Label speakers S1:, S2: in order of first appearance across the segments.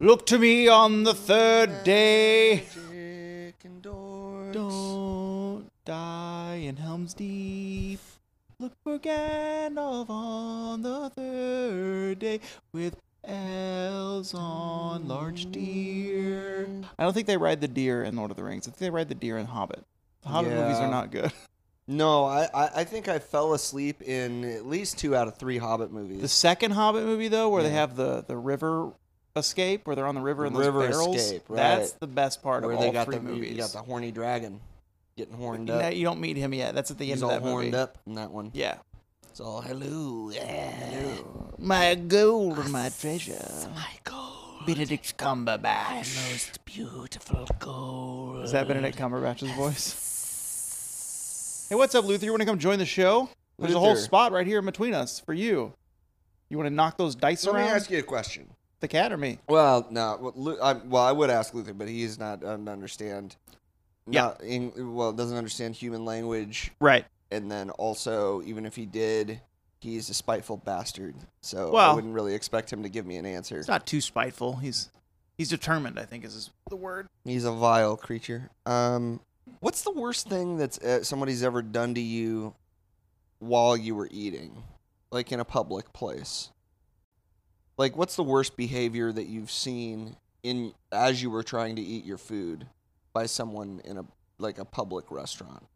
S1: Look to me on the third day.
S2: Chicken dorks.
S1: Don't die in Helm's Deep. Look for Gandalf on the third day with elves on large deer. I don't think they ride the deer in Lord of the Rings. I think they ride the deer in Hobbit. The Hobbit movies
S2: Yeah.
S1: are not good.
S2: No, I, I, I think I fell asleep in at least two out of three Hobbit movies.
S1: The second Hobbit movie, though, where they
S2: Yeah.
S1: have the, the river escape, where they're on the river in those
S2: River
S1: barrels,
S2: escape, right.
S1: that's the best part
S2: where
S1: of
S2: they
S1: all
S2: got
S1: three
S2: the you-
S1: movies.
S2: You got the horny dragon getting horned
S1: No,
S2: up.
S1: you don't meet him yet. That's at the
S2: He's
S1: end of
S2: all
S1: that
S2: horned
S1: movie.
S2: up in that one.
S1: Yeah.
S2: It's all hello. Yeah.
S1: My gold, and my treasure. My gold. Benedict Cumberbatch.
S2: Most beautiful gold.
S1: Is that Benedict Cumberbatch's voice? Hey, what's up, Luther? You want to come join the show? There's a whole
S2: Luther.
S1: spot right here in between us for you. You want to knock those dice
S2: Let me
S1: around?
S2: ask you a question.
S1: the cat or me?
S2: Well, no. Well, Lu- I, well, I would ask Luther, but he's not uh, doesn't understand.
S1: Yeah.
S2: Not in, well, doesn't understand human language,
S1: Right.
S2: and then also, even if he did, he's a spiteful bastard. So I
S1: Well-
S2: wouldn't really expect him to give me an answer.
S1: He's not too spiteful. He's he's determined. I think is his, the word.
S2: He's a vile creature. Um, what's the worst thing that uh, somebody's ever done to you while you were eating, like in a public place? Like, what's the worst behavior that you've seen in as you were trying to eat your food by someone in a like a public restaurant?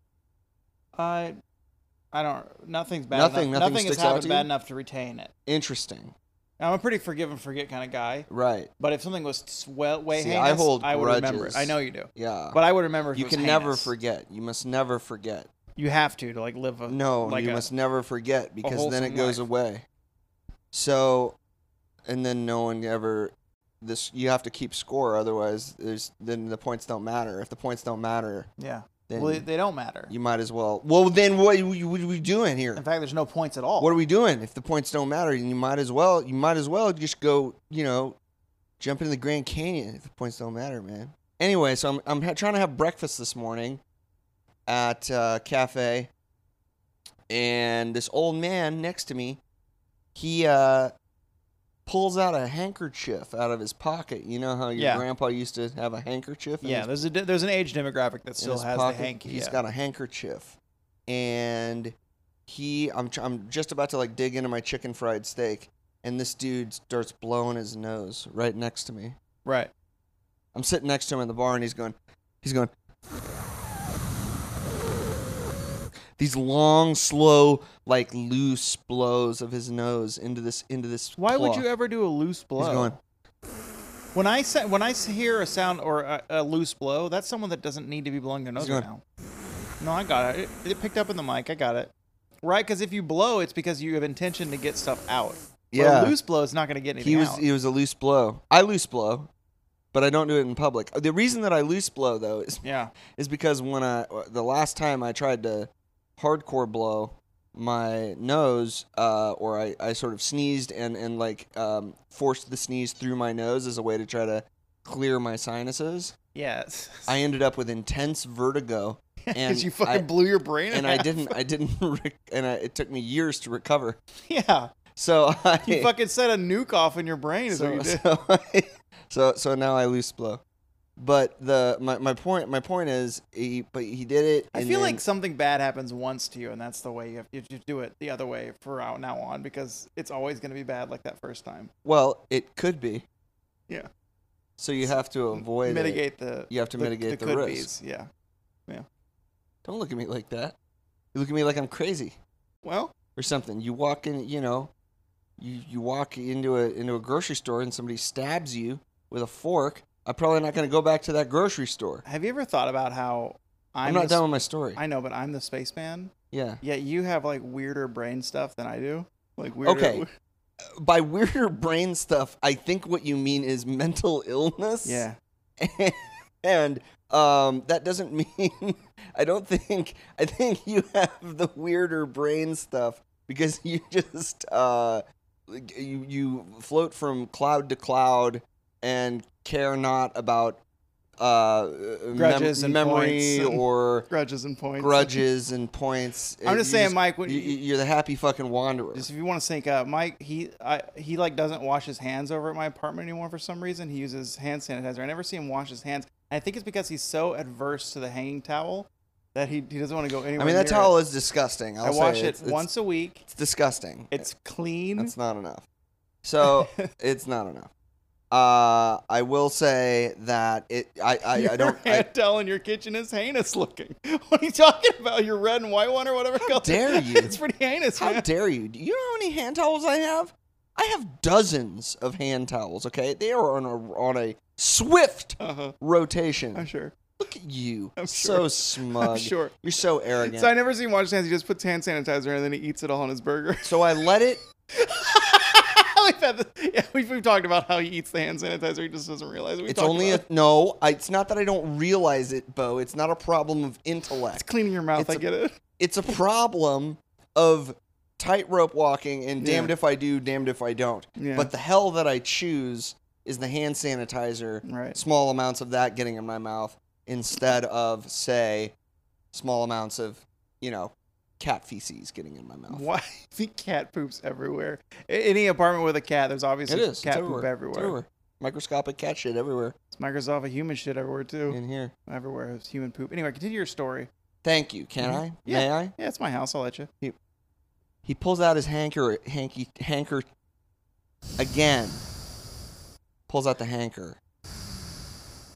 S1: I I don't. Nothing's bad.
S2: Nothing-
S1: Enough.
S2: nothing
S1: has
S2: sticks out
S1: happened
S2: to you?
S1: bad enough to retain it.
S2: Interesting,
S1: I'm a pretty forgive and forget kind of guy.
S2: right?
S1: But if something was s- well, way
S2: See, I
S1: heinous, I,
S2: hold
S1: would remember it.
S2: grudges.
S1: I know you do.
S2: Yeah,
S1: But I would remember. If
S2: you
S1: it was
S2: can never
S1: heinous.
S2: forget. You must never forget.
S1: You have to to like live a
S2: No,
S1: like
S2: you
S1: a-
S2: must never forget because then it
S1: wholesome
S2: goes
S1: life.
S2: away. So, and then no one ever. This you have to keep score, otherwise, there's then the points don't matter. If the points don't matter,
S1: Yeah.
S2: then
S1: well, they don't matter.
S2: you might as well. Well, then what, are we- what are we doing here?
S1: In fact, there's no points at all.
S2: What are we doing? If the points don't matter, you might as well. You might as well just go. You know, jump into the Grand Canyon if the points don't matter, man. Anyway, so I'm I'm ha- trying to have breakfast this morning at uh, cafe, and this old man next to me, he uh, pulls out a handkerchief out of his pocket. You know how your
S1: Yeah.
S2: grandpa used to have a handkerchief? in
S1: yeah,
S2: his
S1: there's a de- there's an age demographic that still
S2: his
S1: has
S2: pocket.
S1: the hanky.
S2: He's
S1: yeah.
S2: got a handkerchief, and he. I'm tr- I'm just about to like dig into my chicken fried steak, and this dude starts blowing his nose right next to me.
S1: right.
S2: I'm sitting next to him in the bar, and he's going, he's going. These long, slow, like loose blows of his nose into this into this.
S1: Why would
S2: cloth.
S1: you ever do a loose blow?
S2: He's going.
S1: when I say, when I s- hear a sound or a, a loose blow, that's someone that doesn't need to be blowing their nose
S2: going-
S1: right now. No, I got it. it. It picked up in the mic. I got it. Right, because if you blow, it's because you have intention to get stuff out. But
S2: Yeah.
S1: a loose blow is not going to get anything
S2: he was e
S1: out.
S2: he was a loose blow. I loose blow, but I don't do it in public. The reason that I loose blow though is
S1: yeah.
S2: is because when I the last time I tried to hardcore blow my nose, uh, or I, I sort of sneezed and and like um, forced the sneeze through my nose as a way to try to clear my sinuses.
S1: Yes.
S2: I ended up with intense vertigo, and
S1: Because you fucking
S2: I,
S1: blew your brain. in
S2: and I
S1: half.
S2: didn't I didn't rec- and I, it took me years to recover.
S1: Yeah.
S2: So I
S1: You fucking set a nuke off in your brain. Is
S2: so,
S1: what you did.
S2: so, so so now I loose blow. But the my, my point my point is he but he did it.
S1: I
S2: and
S1: feel
S2: then-
S1: like something bad happens once to you, and that's the way you have you have to do it the other way for out now on because it's always going to be bad like that first time.
S2: Well, it could be.
S1: Yeah.
S2: So you have to avoid it.
S1: mitigate the
S2: You have to
S1: the,
S2: mitigate the,
S1: could
S2: risk.
S1: be's, Yeah.
S2: Don't look at me like that. You look at me like I'm crazy
S1: Well,
S2: or something. You walk in, you know, you you walk into a into a grocery store and somebody stabs you with a fork. I'm probably not going to go back to that grocery store.
S1: have you ever thought about how I'm,
S2: I'm, not
S1: the,
S2: done with my story.
S1: I know, but I'm the spaceman.
S2: yeah.
S1: Yet you have like weirder brain stuff than I do. Like weirder.
S2: Okay. By weirder brain stuff, I think what you mean is mental illness.
S1: Yeah.
S2: and um, that doesn't mean I don't think I think you have the weirder brain stuff because you just uh, you you float from cloud to cloud and care not about uh, mem-
S1: Grudges and
S2: memory
S1: points and-
S2: or
S1: Grudges and points.
S2: grudges and points.
S1: I'm just
S2: You
S1: saying, Mike, when
S2: you,
S1: you-
S2: you're the happy fucking wanderer.
S1: Just if you want to sync up, Mike, he I, he like doesn't wash his hands over at my apartment anymore for some reason. He uses hand sanitizer. I never see him wash his hands. And I think it's because he's so adverse to the hanging towel that he, he doesn't want to go anywhere.
S2: I mean, that
S1: near
S2: towel
S1: It.
S2: is disgusting. I'll
S1: I
S2: say
S1: wash
S2: it's-
S1: it
S2: it's-
S1: once a week.
S2: It's disgusting.
S1: It's clean.
S2: That's not enough. So it's not enough. Uh, I will say that it. I I,
S1: your
S2: I don't. I,
S1: hand towel in your kitchen is heinous looking. What are you talking about? Your red and white one or whatever. How
S2: dare you.
S1: it's pretty heinous,
S2: how
S1: man.
S2: dare you? Do you know how many hand towels I have? I have dozens of hand towels. Okay, they are on a on a swift
S1: uh-huh.
S2: rotation.
S1: I'm sure.
S2: Look at you,
S1: I'm
S2: so
S1: sure.
S2: smug.
S1: I'm sure.
S2: You're so arrogant.
S1: So I never see him wash his hands. He just puts hand sanitizer and then he eats it all on his burger.
S2: so I let it
S1: we've, had this, yeah, we've, we've talked about how he eats the hand sanitizer. He just doesn't realize. it. We
S2: It's
S1: talked
S2: only
S1: about
S2: a no. I, it's not that I don't realize it, Bo. It's not a problem of
S1: it.
S2: intellect.
S1: cleaning your mouth.
S2: it's
S1: I
S2: a-
S1: get it.
S2: It's a problem of tightrope walking and
S1: Yeah.
S2: damned if I do, damned if I don't.
S1: Yeah.
S2: But the hell that I choose is the hand sanitizer.
S1: Right.
S2: Small amounts of that getting in my mouth instead of say small amounts of you know cat feces getting in my mouth.
S1: Why the cat poops everywhere? A- Any apartment with a cat, there's
S2: It
S1: obviously
S2: is.
S1: cat
S2: it's
S1: poop
S2: everywhere.
S1: everywhere.
S2: It's everywhere. Microscopic cat shit everywhere
S1: It's Microsoft a human shit everywhere too.
S2: in here.
S1: Everywhere is human poop. Anyway, continue your story.
S2: Thank you. Can I?
S1: Mm-hmm. Yeah.
S2: May I?
S1: Yeah, it's my house. I'll let you.
S2: He pulls out his hanker, hanky, hanker again. Pulls out the hanker.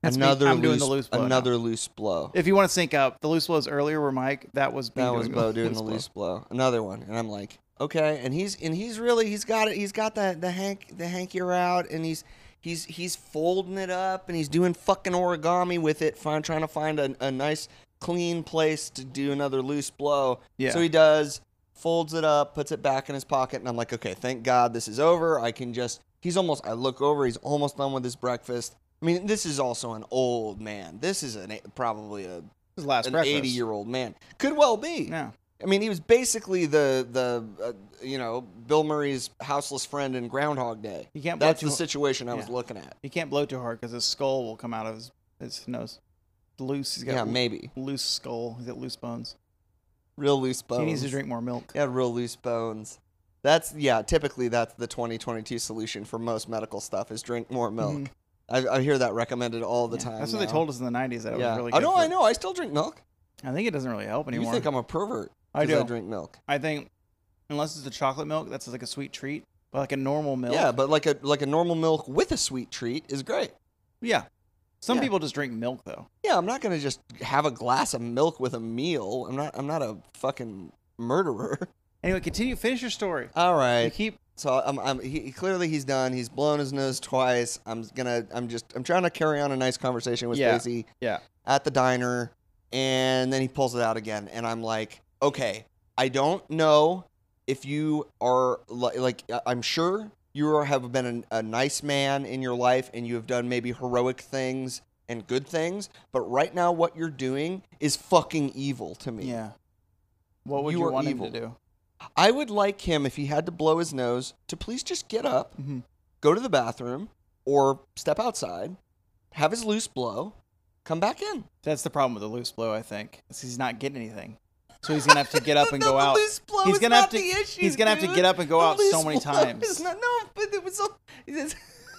S1: That's me.
S2: another
S1: I'm
S2: loose,
S1: doing the loose blow now.
S2: another loose blow.
S1: If you want to sync up, the loose blows earlier were Mike. That was me
S2: that
S1: doing
S2: was
S1: the
S2: Bo doing the
S1: blow.
S2: loose blow. Another one, and I'm like, okay. And he's and he's really he's got it. He's got the the hank the hankier out, and he's he's he's folding it up, and he's doing fucking origami with it. Find, trying to find a, a nice clean place to do another loose blow.
S1: Yeah.
S2: So he does, folds it up, puts it back in his pocket, and I'm like, okay, thank God this is over. I can just. He's almost. I look over. He's almost done with his breakfast. I mean, this is also an old man. This is an, probably a
S1: His last
S2: an
S1: breakfast.
S2: 80 year old man. Could well be.
S1: Yeah.
S2: I mean, he was basically the the uh, you know Bill Murray's houseless friend in Groundhog Day.
S1: You can't. blow
S2: That's
S1: too
S2: the
S1: hard-
S2: situation I was
S1: yeah.
S2: looking at.
S1: You can't blow too hard because his skull will come out of his, his nose. Loose. He's got
S2: Yeah,
S1: l-
S2: maybe
S1: loose skull. He's got loose bones.
S2: real loose bones.
S1: He needs to drink more milk.
S2: Yeah, real loose bones. That's yeah. Typically, that's the 2022 solution for most medical stuff is drink more milk.
S1: Mhm.
S2: I, I hear that recommended all the
S1: Yeah.
S2: time.
S1: That's what they
S2: now.
S1: told us in the 90s. That it
S2: yeah.
S1: was really
S2: I
S1: good.
S2: know.
S1: for-
S2: I know. I still drink milk.
S1: I think it doesn't really help anymore.
S2: You think I'm a pervert?
S1: I
S2: 'cause
S1: do. I,
S2: I drink milk.
S1: think unless it's the chocolate milk, that's like a sweet treat. But like a normal milk.
S2: Yeah, but like a like a normal milk with a sweet treat is great.
S1: Yeah. Some
S2: Yeah.
S1: people just drink milk though.
S2: Yeah, I'm not gonna just have a glass of milk with a meal. I'm not. I'm not a fucking murderer.
S1: Anyway, continue. Finish your story.
S2: All
S1: You
S2: right.
S1: keep.
S2: So I'm. I'm. He, he- clearly, he's done. He's blown his nose twice. I'm gonna. I'm just. I'm trying to carry on a nice conversation with
S1: Yeah,
S2: Daisy.
S1: yeah.
S2: At the diner, and then he pulls it out again, and I'm like, okay, I don't know if you are li- like. I- I'm sure you are, have been an, a nice man in your life, and you have done maybe heroic things and good things. But right now, what you're doing is fucking evil to me.
S1: Yeah. What would
S2: You
S1: you,
S2: are
S1: want
S2: evil.
S1: him to do?
S2: I would like him, if he had to blow his nose, to please just get up,
S1: Mhm.
S2: go to the bathroom, or step outside, have his loose blow, come back in.
S1: That's the problem with the loose blow. I think is he's not getting anything, so he's gonna have to get up and
S2: No,
S1: go
S2: the
S1: out.
S2: Loose blow
S1: He's
S2: is
S1: gonna have
S2: not
S1: to-
S2: the issue,
S1: he's gonna have to
S2: dude.
S1: get up and go
S2: The
S1: out so
S2: loose
S1: many
S2: blow
S1: times.
S2: is not- no, but it was. So, it's-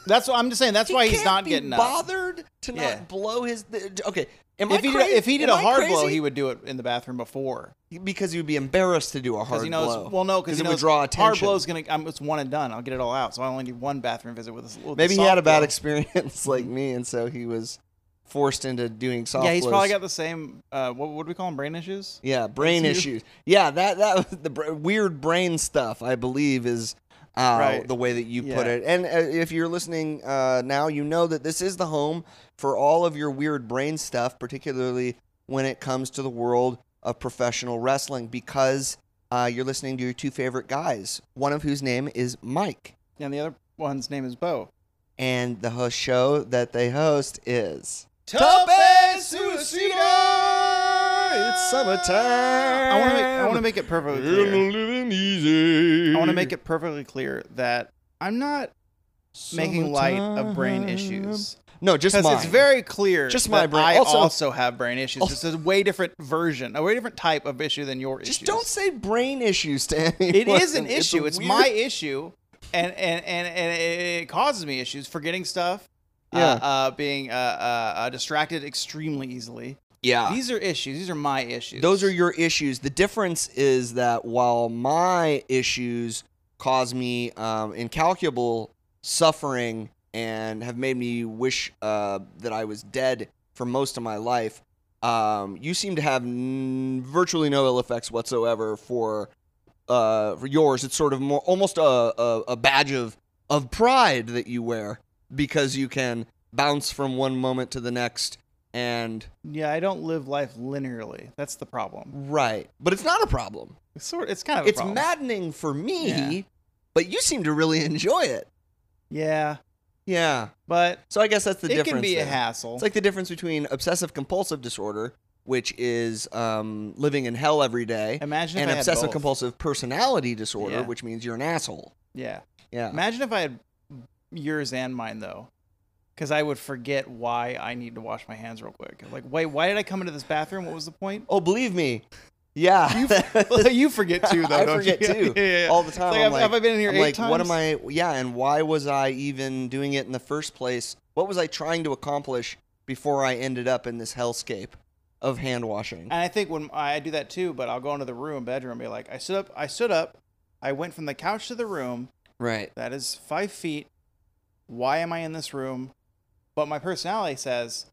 S1: That's what I'm just saying. That's
S2: he
S1: why he's
S2: can't
S1: not
S2: be
S1: getting up.
S2: bothered to
S1: Yeah.
S2: not blow his. the- Okay, am
S1: If
S2: I
S1: he did,
S2: crazy?
S1: if he did
S2: Am
S1: a
S2: I
S1: hard blow,
S2: crazy?
S1: he would do it in the bathroom before
S2: because he would be embarrassed to do a
S1: because
S2: hard
S1: he knows.
S2: blow.
S1: Well, no, because he
S2: it would
S1: knows
S2: draw attention.
S1: hard blow is gonna. I'm, it's one and done. I'll get it all out. So I only need one bathroom visit with this. With the
S2: Maybe he had a
S1: soft
S2: bad
S1: blow.
S2: experience like me, and so he was forced into doing soft.
S1: Yeah, he's
S2: blows.
S1: probably got the same. Uh, what what do we call them? Brain issues.
S2: Yeah, brain
S1: you.
S2: issues. Yeah, that that was the br- weird brain stuff. I believe is uh,
S1: Right.
S2: the way that you put
S1: Yeah.
S2: it. And uh, if you're listening uh, now, you know that this is the home for all of your weird brain stuff, particularly when it comes to the world of professional wrestling, because uh, you're listening to your two favorite guys, one of whose name is Mike,
S1: And the other one's name is Bo.
S2: and the host show that they host is. It's summertime.
S1: I want to make I want to make it perfectly clear.
S2: living easy.
S1: I want to make it perfectly clear that I'm not making light of brain issues.
S2: No, just
S1: Because
S2: mine.
S1: it's very clear.
S2: Just my
S1: that
S2: brain.
S1: I
S2: Also-
S1: also, have brain issues. It's a way different version, a way different type of issue than your
S2: just
S1: issues.
S2: don't say brain issues to anyone.
S1: It is an
S2: It's a
S1: issue. It's,
S2: weird-
S1: my issue, and and and, and it, it causes me issues. Forgetting stuff. uh,
S2: Yeah.
S1: Uh, being uh, uh, uh, distracted extremely easily.
S2: Yeah.
S1: These are issues. These are my issues.
S2: Ah. Those are your issues. The difference is that while my issues cause me um, incalculable suffering and have made me wish uh, that I was dead for most of my life, um, you seem to have n- virtually no ill effects whatsoever for uh, for yours. It's sort of more almost a, a, a badge of of pride that you wear because you can bounce from one moment to the next and
S1: Yeah, I don't live life linearly. That's the problem.
S2: right. But it's not a problem.
S1: It's sort. It's kind of. A
S2: it's
S1: problem.
S2: maddening for me,
S1: Yeah.
S2: but you seem to really enjoy it.
S1: Yeah,
S2: Yeah.
S1: but
S2: So I guess that's the
S1: it
S2: difference.
S1: can be a
S2: there.
S1: hassle.
S2: It's like the difference between obsessive compulsive disorder, which is um, living in hell every day,
S1: Imagine if
S2: and
S1: I had
S2: obsessive
S1: both.
S2: compulsive personality disorder,
S1: Yeah.
S2: which means you're an asshole.
S1: Yeah.
S2: Yeah.
S1: Imagine if I had yours and mine though, because I would forget why I need to wash my hands real quick. Like, wait, why did I come into this bathroom? What was the point?
S2: Oh, believe me. Yeah.
S1: Well, you forget too, though.
S2: I
S1: don't
S2: forget
S1: you?
S2: too all the time.
S1: Like,
S2: I'm
S1: have,
S2: like,
S1: have I been in here
S2: I'm
S1: eight
S2: like,
S1: times?
S2: what am I? Yeah, and why was I even doing it in the first place? What was I trying to accomplish before I ended up in this hellscape of hand washing?
S1: And I think when I do that too, but I'll go into the room, bedroom, and be like, I stood up. I stood up. I went from the couch to the room.
S2: Right.
S1: That is five feet. Why am I in this room? But my personality says,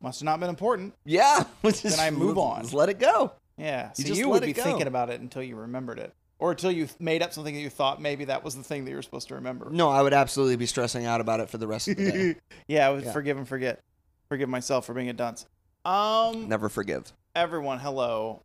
S1: must have not been important.
S2: Yeah. Which
S1: Then I move on.
S2: Just let it go.
S1: Yeah.
S2: You
S1: So you,
S2: just
S1: would
S2: let it
S1: be
S2: go.
S1: thinking about it until you remembered it, or until you made up something that you thought maybe that was the thing that you were supposed to remember.
S2: No, I would absolutely be stressing out about it for the rest of the day.
S1: yeah, I would
S2: Yeah.
S1: forgive and forget. Forgive myself for being a dunce. Um,
S2: Never forgive.
S1: everyone, hello.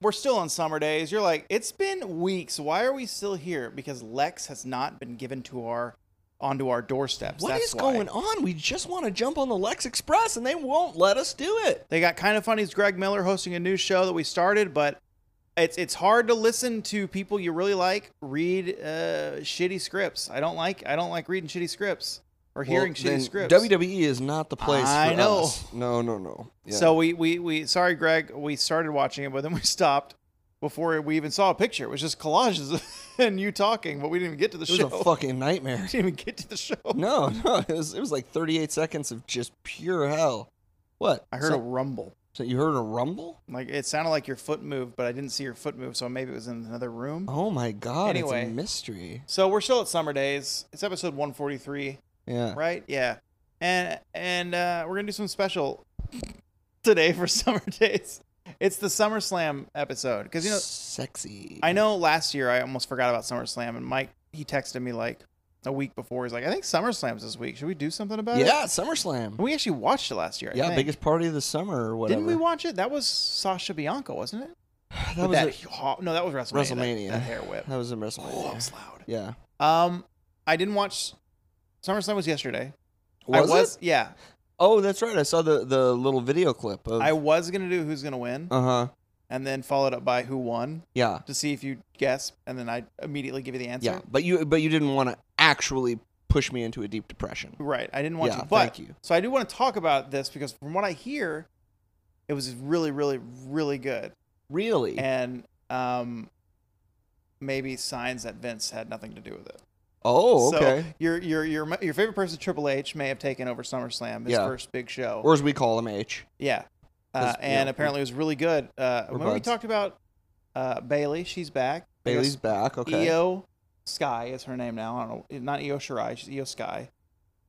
S1: We're still on summer days. You're like, it's been weeks. Why are we still here? Because Lex has not been given to our onto our doorsteps.
S2: What
S1: That's
S2: is going
S1: why.
S2: on? We just want to jump on the Lex Express and they won't let us do it.
S1: They got kind of funny's Greg Miller hosting a new show that we started, but it's it's hard to listen to people you really like read uh, shitty scripts. I don't like I don't like reading shitty scripts or hearing
S2: Well,
S1: shitty
S2: then
S1: scripts.
S2: WWE is not the place
S1: I
S2: for
S1: know.
S2: us. No, no, no. Yeah.
S1: So we, we we sorry Greg, we started watching it, but then we stopped before we even saw a picture. It was just collages and you talking, but we didn't even get to the
S2: it was
S1: show.
S2: a fucking nightmare.
S1: we didn't even get to the show.
S2: No, no, it was it was like 38 seconds of just pure hell. What?
S1: I heard a
S2: So,
S1: rumble.
S2: so you heard a rumble?
S1: Like it sounded like your foot moved, but I didn't see your foot move, so maybe it was in another room.
S2: Oh my god! It's
S1: Anyway.
S2: a mystery.
S1: So we're still at summer days. It's episode 143,
S2: Yeah.
S1: right? Yeah. And and uh, we're gonna do some special today for summer days. It's the SummerSlam episode because you know
S2: sexy.
S1: I know last year I almost forgot about SummerSlam, and Mike he texted me like a week before. He's like, I think SummerSlam's this week. Should we do something about it?
S2: Yeah, SummerSlam.
S1: And we actually watched it last year. I
S2: yeah,
S1: think.
S2: biggest party of the summer or whatever.
S1: Didn't we watch it? That was Sasha Bianca, wasn't it?
S2: that
S1: With
S2: was a-
S1: ho- no, that was WrestleMania. that-
S2: WrestleMania.
S1: That, hair whip.
S2: that was a
S1: Oh, that was
S2: WrestleMania.
S1: loud.
S2: Yeah.
S1: Um, I didn't watch. SummerSlam was yesterday.
S2: Was,
S1: I was
S2: it?
S1: yeah.
S2: Oh, that's right. I saw the the little video clip of.
S1: I was gonna do who's gonna win,
S2: uh huh.
S1: and then followed up by who won
S2: Yeah.
S1: to see if you guess, and then I immediately give you the answer.
S2: Yeah. But you but you didn't want to actually push me into a deep depression.
S1: Right. I didn't want
S2: Yeah,
S1: to. But
S2: thank you.
S1: So I do want to talk about this because from what I hear, it was really, really, really good.
S2: Really?
S1: And um, maybe signs that Vince had nothing to do with it.
S2: oh,
S1: So
S2: okay.
S1: your your your your favorite person, Triple H, may have taken over SummerSlam, his
S2: Yeah.
S1: first big show.
S2: or as we call him, H.
S1: yeah.
S2: 'Cause,
S1: Uh,
S2: you
S1: and
S2: know,
S1: apparently it was really good. Uh,
S2: we're
S1: remember we
S2: buds.
S1: talked about uh, Bailey? She's back. I guess
S2: Bailey's back. Okay.
S1: Io Sky is her name now. I don't know. Not Io Shirai. She's Io Sky.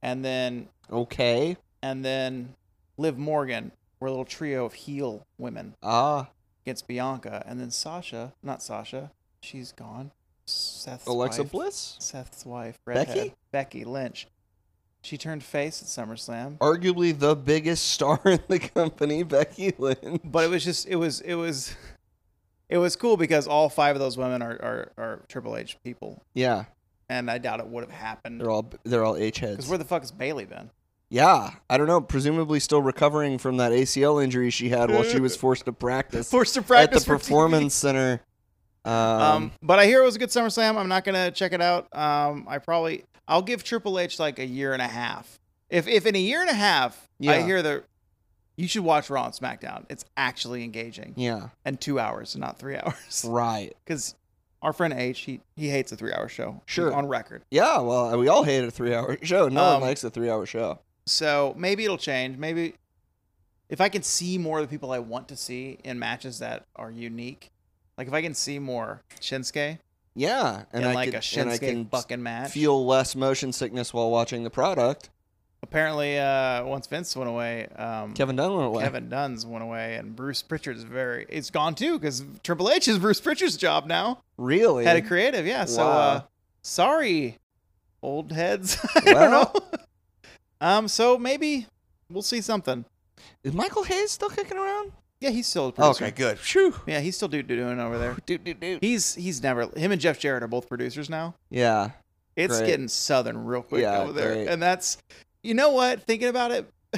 S1: And then
S2: Okay.
S1: and then Liv Morgan were a little trio of heel women
S2: Ah,
S1: against Bianca, and then Sasha, not Sasha, she's gone. Seth's
S2: Alexa
S1: wife,
S2: Bliss.
S1: Seth's wife,
S2: Becky?
S1: redhead, Becky Lynch. She turned face at SummerSlam,
S2: Arguably the biggest star in the company, Becky Lynch.
S1: but it was just it was it was it was cool because all five of those women are are, are Triple H people,
S2: Yeah,
S1: and I doubt it would have happened
S2: they're all they're all H
S1: because
S2: heads.
S1: where the fuck has Bailey been?
S2: Yeah, I don't know. Presumably still recovering from that ACL injury she had while she was forced to practice,
S1: Forced to
S2: at the
S1: practice for TV.
S2: performance center. Um,
S1: Um, but I hear it was a good SummerSlam. I'm not gonna check it out. Um, I probably I'll give Triple H like a year and a half. If if in a year and a half I
S2: Yeah.
S1: hear the, you should watch Raw and SmackDown. It's actually engaging,
S2: Yeah.
S1: and two hours, not three hours,
S2: Right.
S1: because our friend H he he hates a three-hour show. He's
S2: Sure.
S1: on record.
S2: Yeah. Well, we all hate a three-hour show. No
S1: Um,
S2: one likes a three-hour show.
S1: So maybe it'll change. Maybe if I can see more of the people I want to see in matches that are unique, like if I can see more Shinsuke
S2: Yeah.
S1: in
S2: I
S1: like
S2: can-
S1: a Shinsuke fucking match.
S2: feel less motion sickness while watching the product.
S1: Apparently, uh, once Vince went away, um,
S2: Kevin Dunn went away.
S1: Kevin Dunn's went away, and Bruce Pritchard's very it's gone too because Triple H is Bruce Pritchard's job now.
S2: Really?
S1: Head of creative, yeah. So uh,
S2: Oh, Wow.
S1: sorry, old heads. I
S2: Well.
S1: don't know. um, so maybe we'll see something.
S2: Is Michael Hayes still kicking around?
S1: Yeah, he's still a producer.
S2: good. Phew.
S1: Yeah, he's still do do- doing over there.
S2: Doot, doot, doot.
S1: He's he's never him and Jeff Jarrett are both producers now.
S2: Yeah.
S1: It's
S2: Great.
S1: getting southern real quick
S2: Yeah,
S1: over there,
S2: great.
S1: and that's you know what? Thinking about it,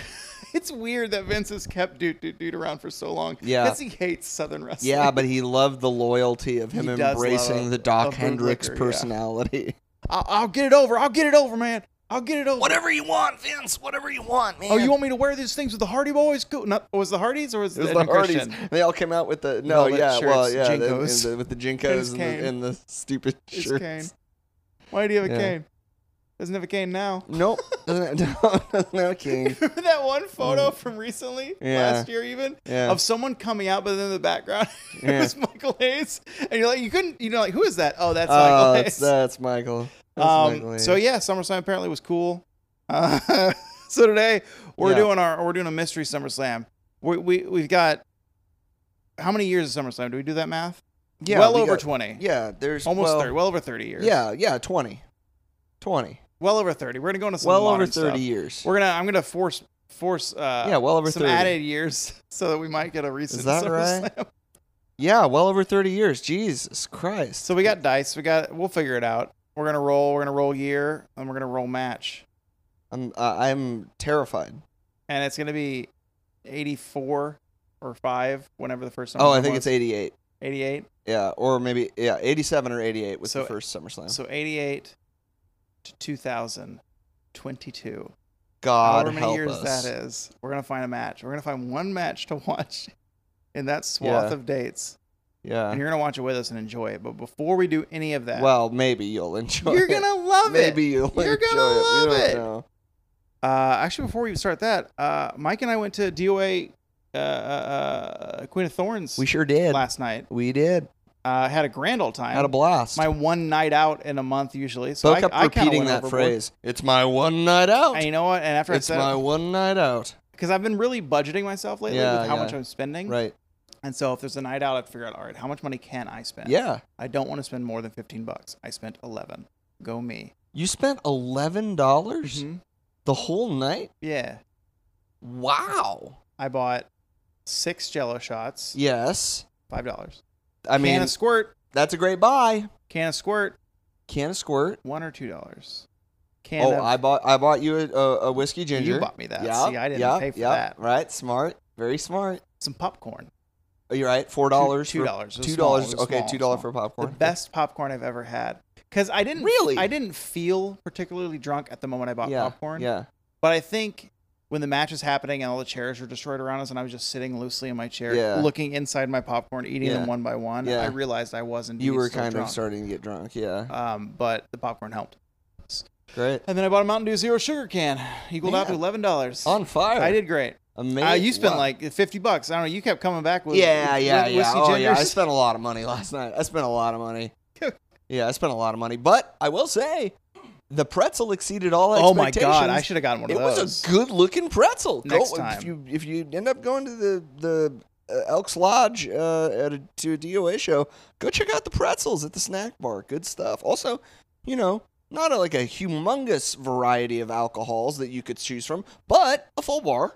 S1: it's weird that Vince has kept dude dude dude around for so long.
S2: Yeah.
S1: because he hates southern wrestling.
S2: Yeah, but he loved the loyalty of him
S1: He does love
S2: embracing
S1: a-
S2: the Doc
S1: a
S2: Hendricks
S1: bootlicker, yeah.
S2: personality.
S1: I'll, I'll get it over. I'll get it over, man. I'll get it over.
S2: Whatever you want, Vince. Whatever you want, man.
S1: Oh, you want me to wear these things with the Hardy Boys? Cool. No, was the Hardys or was
S2: It was
S1: Ed
S2: the
S1: and
S2: Hardys.
S1: Christian?
S2: They all came out with the no,
S1: Velvet
S2: yeah, well,
S1: shirts,
S2: yeah, the- and
S1: Jinkos.
S2: the- with the jinkos and
S1: cane.
S2: the, and the stupid
S1: His
S2: shirts.
S1: cane. Why do you have a
S2: Yeah.
S1: cane? Doesn't have a cane now.
S2: Nope, doesn't have, no, doesn't have a cane.
S1: Remember that one photo from recently,
S2: Mm. Yeah.
S1: last year even,
S2: Yeah.
S1: of someone coming out, but then in the background it
S2: Yeah.
S1: was Michael Hayes, and you're like, you couldn't, you know, like who is that? Oh, that's
S2: oh,
S1: Michael
S2: that's
S1: Hayes.
S2: that's Michael. That's Michael
S1: um,
S2: Hayes.
S1: so yeah, SummerSlam apparently was cool. Uh, so today we're
S2: Yeah.
S1: doing our we're doing a mystery SummerSlam. We we we've got how many years of SummerSlam? Do we do that math?
S2: yeah,
S1: well
S2: we
S1: over
S2: got-
S1: twenty.
S2: Yeah, there's
S1: almost
S2: well,
S1: thirty. Well over thirty years.
S2: Yeah, yeah, twenty, twenty.
S1: well over thirty. We're gonna go into some
S2: well over
S1: modern
S2: thirty
S1: stuff.
S2: years.
S1: We're gonna I'm gonna force force uh,
S2: yeah, well over
S1: some
S2: thirty.
S1: added years so that we might get a recent.
S2: that
S1: SummerSlam.
S2: Yeah, well over thirty years. Jesus Christ.
S1: So we got dice. We got. We'll figure it out. We're gonna roll. We're gonna roll year, and we're gonna roll match,
S2: I'm uh, I'm terrified.
S1: and it's gonna be eighty-four or five, whenever the first.
S2: Oh, I
S1: SummerSlam
S2: think
S1: was.
S2: it's eighty-eight.
S1: eighty-eight.
S2: Yeah, or maybe yeah, eighty-seven or eighty-eight was
S1: So-
S2: the first SummerSlam.
S1: So eighty-eight to two thousand twenty-two.
S2: God
S1: However many
S2: help
S1: years
S2: us.
S1: that is, we're gonna find a match. We're gonna find one match to watch in that swath
S2: Yeah.
S1: of dates, and
S2: Yeah.
S1: you're gonna watch it with us and enjoy it. But before we do any of that,
S2: Well, maybe you'll enjoy.
S1: you're
S2: it.
S1: gonna love it.
S2: maybe you'll
S1: You're
S2: enjoy
S1: gonna
S2: it. We
S1: love
S2: don't
S1: it.
S2: know.
S1: Uh, actually, before we even start that, uh, Mike and I went to DOA uh, uh, Queen of Thorns
S2: We sure did.
S1: last night.
S2: We did.
S1: Uh, had a grand old time.
S2: Had a blast.
S1: My one night out in a month usually. So
S2: Spoke
S1: I,
S2: up
S1: I kinda
S2: repeating
S1: went
S2: that
S1: overboard.
S2: phrase. It's my one night out.
S1: And you know what? And after
S2: it's
S1: I
S2: my
S1: said,
S2: one night out.
S1: because I've been really budgeting myself lately
S2: Yeah,
S1: with how
S2: yeah.
S1: much I'm spending.
S2: Right.
S1: And so if there's a night out, I figure out, all right, how much money can I spend?
S2: Yeah.
S1: I don't want to spend more than 15 bucks. I spent 11. Go me.
S2: You spent eleven dollars
S1: Mhm.
S2: the whole night.
S1: Yeah.
S2: Wow.
S1: I bought six jello shots,
S2: Yes.
S1: $5.
S2: I
S1: can
S2: mean,
S1: of squirt,
S2: that's a great buy.
S1: can of squirt,
S2: Can of squirt.
S1: one or two dollars. Can
S2: Oh,
S1: of-
S2: I bought I bought you a, a, a whiskey ginger.
S1: you bought me that.
S2: Yeah.
S1: See, I didn't
S2: yeah,
S1: pay for
S2: yeah,
S1: that.
S2: Right. Smart. Very smart.
S1: Some popcorn.
S2: Oh, You're right. Four dollars.
S1: Two dollars.
S2: Two dollars. Okay. Two dollars for popcorn.
S1: the best popcorn I've ever had. Because I didn't
S2: Really?
S1: I didn't feel particularly drunk at the moment I bought
S2: yeah.
S1: popcorn.
S2: Yeah.
S1: But I think when the match was happening and all the chairs were destroyed around us and I was just sitting loosely in my chair,
S2: Yeah.
S1: looking inside my popcorn, eating
S2: Yeah.
S1: them one by one,
S2: Yeah.
S1: I realized I wasn't.
S2: You were kind of starting to get drunk. Yeah.
S1: Um, but the popcorn helped.
S2: Great.
S1: And then I bought a Mountain Dew Zero Sugar can, equaled out to
S2: Man.
S1: eleven dollars.
S2: On fire.
S1: I did great.
S2: Amazing.
S1: Uh, you spent
S2: Wow.
S1: like fifty bucks. I don't know. You kept coming back with
S2: yeah,
S1: with-
S2: yeah,
S1: with
S2: yeah.
S1: whiskey
S2: Oh, yeah. I
S1: gingers.
S2: spent a lot of money last night. I spent a lot of money. yeah, I spent a lot of money, but I will say, the pretzel exceeded all
S1: Oh my
S2: expectations.
S1: god! I should have gotten one
S2: It
S1: of those.
S2: was a good looking pretzel.
S1: Next
S2: Go,
S1: time.
S2: if you if you end up going to the the uh, Elks Lodge uh, at a, to a DOA show, go check out the pretzels at the snack bar. Good stuff. Also, you know, not a, like a humongous variety of alcohols that you could choose from, but a full bar,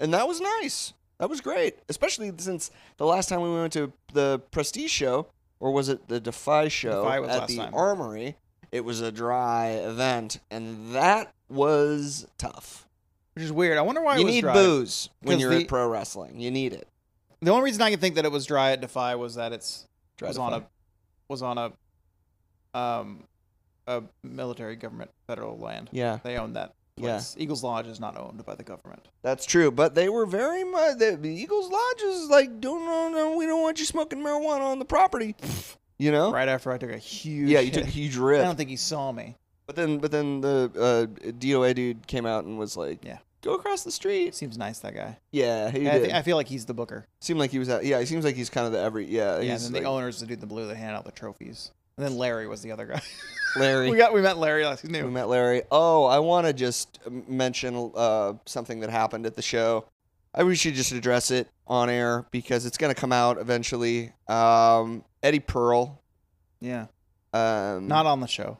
S2: and that was nice. That was great, especially since the last time we went to the Prestige show, or was it the Defy show
S1: Defy was
S2: at
S1: last
S2: the
S1: time.
S2: Armory? It was a dry event, and that was tough.
S1: which is weird. I wonder why it
S2: you
S1: was
S2: need
S1: dry.
S2: booze when
S1: 'Cause
S2: you're
S1: the-
S2: at pro wrestling. You need it.
S1: The only reason I can think that it was dry at Defy was that it's
S2: Dry
S1: was
S2: to
S1: on
S2: find.
S1: a was on a um a military government federal land.
S2: yeah.
S1: They owned that.
S2: Yeah.
S1: place. Eagles Lodge is not owned by the government.
S2: That's true, but they were very much the, the Eagles Lodge is like, don't no no, we don't want you smoking marijuana on the property. You know,
S1: Right after I took a huge
S2: yeah, you took a
S1: hit.
S2: huge
S1: I
S2: rip.
S1: don't think he saw me.
S2: But then, but then the uh, DOA dude came out and was like,
S1: Yeah.
S2: go across the
S1: He
S2: street."
S1: seems nice, that guy.
S2: Yeah, he
S1: Yeah, I,
S2: did.
S1: think, I feel like he's the booker.
S2: Seemed like he was. At, yeah, he seems like he's kind of the every. Yeah,
S1: yeah, and
S2: he's
S1: then
S2: like
S1: the owner's the dude in the blue that handed out the trophies. And then Larry was the other guy.
S2: Larry.
S1: we
S2: We,
S1: got we met Larry last. He's new.
S2: met Larry. Oh, I want to just mention uh, something that happened at the show. I we should just address it on air because it's gonna come out eventually. Um, Eddie Pearl,
S1: Yeah,
S2: um,
S1: not on the show.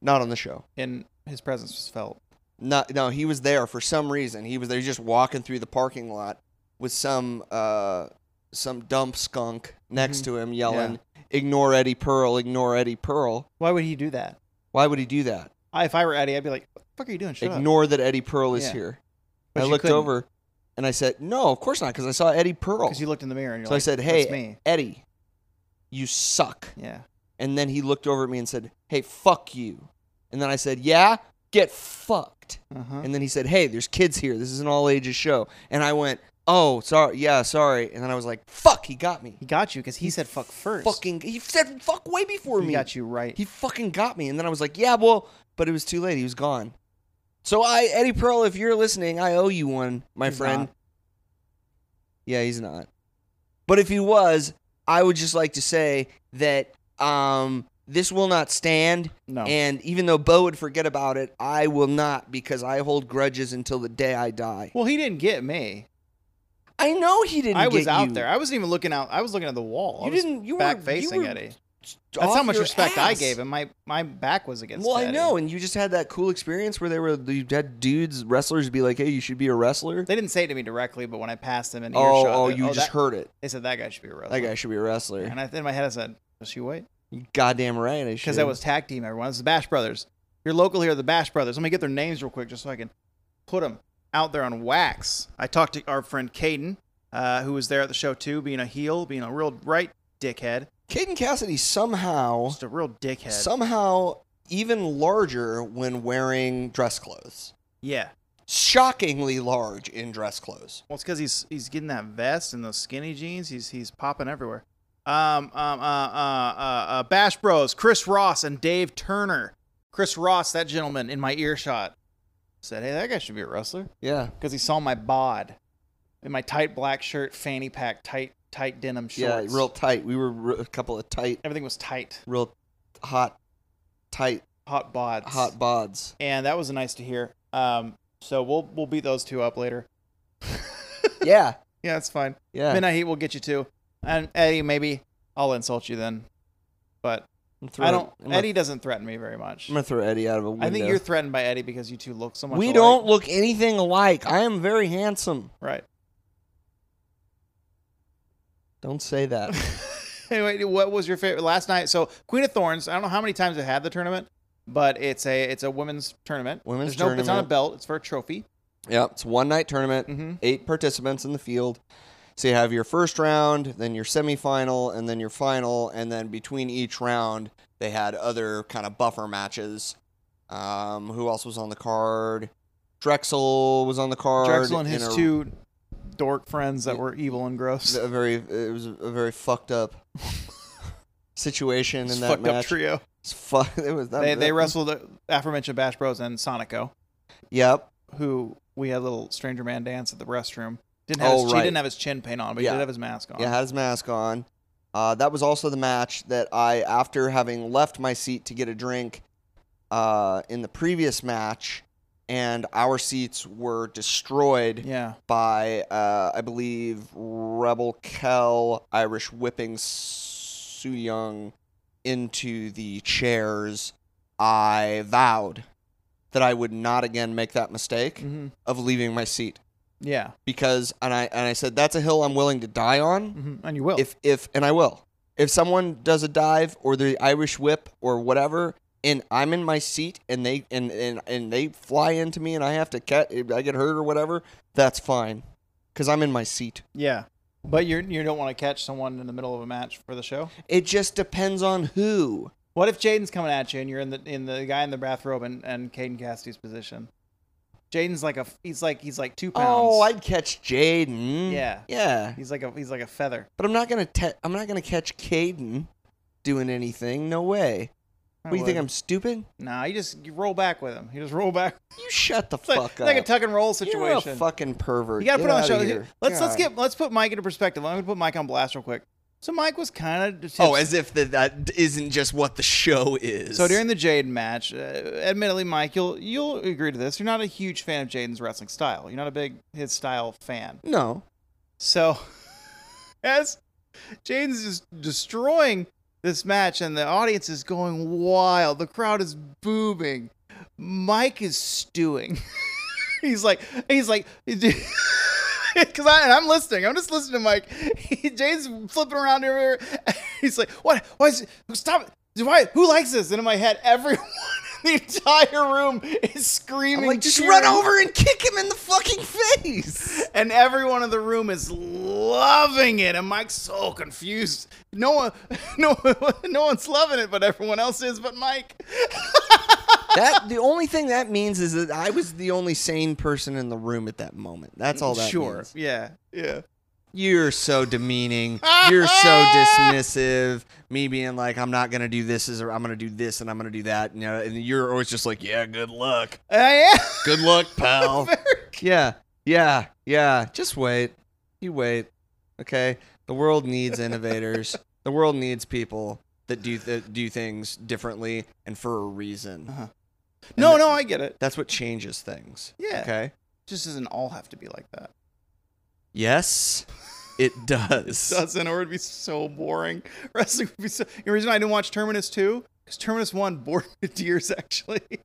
S2: not on the show.
S1: And his presence was felt.
S2: Not no, he was there for some reason. He was there just walking through the parking lot with some uh some dump skunk next
S1: Mhm.
S2: to him yelling, "Ignore Eddie Pearl, ignore Eddie Pearl."
S1: Why would he do that?
S2: Why would he do that?
S1: I, if I were Eddie, I'd be like, "What the fuck are you doing? Shut up."
S2: ignore that Eddie Pearl is
S1: Yeah.
S2: here.
S1: But
S2: I
S1: you
S2: looked
S1: couldn't,
S2: over and I said, "No, of course not," because I saw Eddie Pearl.
S1: because you looked in the mirror and you're
S2: So I
S1: like,
S2: said,
S1: "That's
S2: "Hey."
S1: me."
S2: Eddie, you suck.
S1: Yeah,
S2: And then he looked over at me and said, "Hey, fuck you." And then I said, "Yeah, get fucked."
S1: uh-huh.
S2: And then he said, "Hey, there's kids here. This is an all ages show." And I went, "Oh, sorry. Yeah, sorry." And then I was like, "Fuck, he got me."
S1: he got you because he said fuck first.
S2: Fucking, he said fuck way before
S1: he
S2: me.
S1: got you right.
S2: He fucking got me. And then I was like, "Yeah, well," but it was too late. He was gone. So I, Eddie Pearl, if you're listening, I owe you one, my
S1: He's
S2: friend.
S1: not.
S2: Yeah, he's not. But if he was, I would just like to say that um, this will not stand.
S1: no,
S2: And even though Bo would forget about it, I will not because I hold grudges until the day I die.
S1: well, he didn't get me.
S2: I know he didn't.
S1: I was
S2: get
S1: out
S2: you.
S1: there. I wasn't even looking out. I was looking at the wall. I
S2: You
S1: was
S2: didn't. You
S1: back
S2: were
S1: facing
S2: you were
S1: Eddie. That's
S2: off
S1: how much
S2: your
S1: respect I
S2: ass.
S1: gave him. My my back was against.
S2: Well, I
S1: Eddie.
S2: know, and you just had that cool experience where they were you had dudes wrestlers be like, "Hey, you should be a wrestler."
S1: They didn't say it to me directly, but when I passed them in
S2: Oh,
S1: earshot,
S2: oh,
S1: they-
S2: you just
S1: that-
S2: heard it.
S1: They said that guy should be a wrestler.
S2: That guy should be a wrestler.
S1: And I, in my head, I said, "Does she wait?"
S2: You Goddamn right, I should.
S1: Because that was tag team. Everyone, it's the Bash Brothers. Your local here, the Bash Brothers. Let me get their names real quick, just so I can put them out there on wax. I talked to our friend Caden, uh, who was there at the show too, being a heel, being a real right dickhead,
S2: Caden Cassidy somehow,
S1: just a real dickhead.
S2: somehow even larger when wearing dress clothes.
S1: yeah.
S2: Shockingly large in dress clothes.
S1: Well, it's because he's he's getting that vest and those skinny jeans. He's he's popping everywhere. Um, um, uh, uh, uh, uh, Bash Bros, Chris Ross and Dave Turner. Chris Ross, that gentleman in my earshot, said, "Hey, that guy should be a wrestler
S2: Yeah,
S1: because he saw my bod in my tight black shirt, fanny pack, tight tight denim shorts.
S2: yeah, real tight. We were re- a couple of tight,
S1: everything was tight,
S2: real hot, tight,
S1: hot bods,
S2: hot bods.
S1: and that was nice to hear. Um, so we'll we'll beat those two up later.
S2: Yeah,
S1: Yeah, it's fine.
S2: yeah.
S1: Midnight Heat will get you too. And Eddie, maybe I'll insult you then. But
S2: I'm
S1: I
S2: throwing-
S1: don't.
S2: I'm gonna-
S1: Eddie doesn't threaten me very much.
S2: I'm gonna throw Eddie out of a window.
S1: I think you're threatened by Eddie because you two look so much.
S2: We
S1: alike.
S2: don't look anything alike. I am very handsome.
S1: Right.
S2: Don't say that.
S1: anyway, what was your favorite last night? So Queen of Thorns. I don't know how many times I've had the tournament, but it's a it's a women's tournament.
S2: Women's
S1: There's no, It's not a
S2: tournament.
S1: belt. It's for a trophy.
S2: yeah, it's a one night tournament.
S1: Mm-hmm.
S2: eight participants in the field. So you have your first round, then your semifinal, and then your final, and then between each round, they had other kind of buffer matches. Um, who else was on the card? Drexel was on the card.
S1: Drexel and
S2: in
S1: his
S2: a-
S1: two dork friends that were evil and gross.
S2: A very it was a very fucked up situation
S1: This
S2: in that
S1: fucked up
S2: match.
S1: trio.
S2: It's fu- it was that,
S1: They, they
S2: that-
S1: wrestled the aforementioned Bash Bros and Sonico.
S2: Yep.
S1: who we had a little stranger man dance at the restroom. Didn't have
S2: Oh,
S1: his,
S2: right.
S1: He didn't have his chin paint on, but
S2: Yeah.
S1: he did have his mask on.
S2: Yeah, had his mask on. Uh, that was also the match that I, after having left my seat to get a drink uh, in the previous match, and our seats were destroyed
S1: Yeah.
S2: by, uh, I believe, Rebel Kel Irish whipping Su Young into the chairs. I vowed that I would not again make that mistake
S1: hmm
S2: of leaving my seat
S1: Yeah.
S2: because, and I and I said that's a hill I'm willing to die on
S1: hmm And you will.
S2: if if and I will. If someone does a dive or the Irish whip or whatever, and I'm in my seat and they and and, and they fly into me and I have to cat I get hurt or whatever, that's fine, because I'm in my seat.
S1: yeah. But you you don't want to catch someone in the middle of a match for the show.
S2: It just depends on who.
S1: What if Jaden's coming at you and you're in the in the guy in the bathrobe and and Caden Cassidy's position? Jaden's like a he's like he's like two pounds.
S2: Oh, I'd catch Jaden.
S1: Yeah.
S2: Yeah.
S1: he's like a he's like a feather.
S2: But I'm not gonna te- I'm not gonna catch Caden doing anything. No way.
S1: I
S2: What do you think?
S1: would.
S2: I'm stupid?
S1: Nah, you just you roll back with him. You just roll back.
S2: You shut the
S1: It's like,
S2: fuck
S1: it's like a
S2: up.
S1: tuck and roll situation.
S2: You're a fucking pervert.
S1: You
S2: Get
S1: gotta put it on the
S2: outta
S1: show.
S2: here.
S1: Let's let's
S2: God.
S1: get let's put Mike into perspective. I'm gonna put Mike on blast real quick. So Mike was kind of
S3: Oh, as if that that isn't just what the show is.
S1: so during the Jade match. Uh, admittedly, Mike, you'll you'll agree to this. You're not a huge fan of Jaden's wrestling style. You're not a big his style fan.
S2: No.
S1: So as Jaden's just destroying this match and the audience is going wild, the crowd is booming. Mike is stewing. he's like, he's like, because I'm listening. I'm just listening to Mike. He, Jaden's flipping around everywhere. He's like, what? Why is it? Stop it. Why? Who likes this? And in my head, everyone in the entire room is
S2: I'm
S1: screaming.
S2: like, just
S1: cheering
S2: run over and kick him in the fucking face.
S1: and everyone in the room is loving it. And Mike's so confused. No one, no, no one's loving it, but everyone else is. But Mike,
S2: that the only thing that means is that I was the only sane person in the room at that moment. That's all that
S1: sure,
S2: means.
S1: yeah, yeah.
S2: You're so demeaning. You're so dismissive. Me being like, I'm not gonna do this, is I'm gonna do this, and I'm gonna do that. You know, and you're always just like, yeah, good luck,
S1: I
S2: good luck, pal.
S1: am.
S2: yeah, yeah, yeah. Just wait. You wait. Okay. The world needs innovators. the world needs people that do that do things differently and for a reason.
S1: No, no, I get it.
S2: That's what changes things.
S1: Yeah.
S2: Okay.
S1: Just doesn't all have to be like that.
S3: yes, it does.
S1: Doesn't, or it'd be so boring. Wrestling would be so. The reason I didn't watch Terminus two because Terminus one bored me to tears. Actually,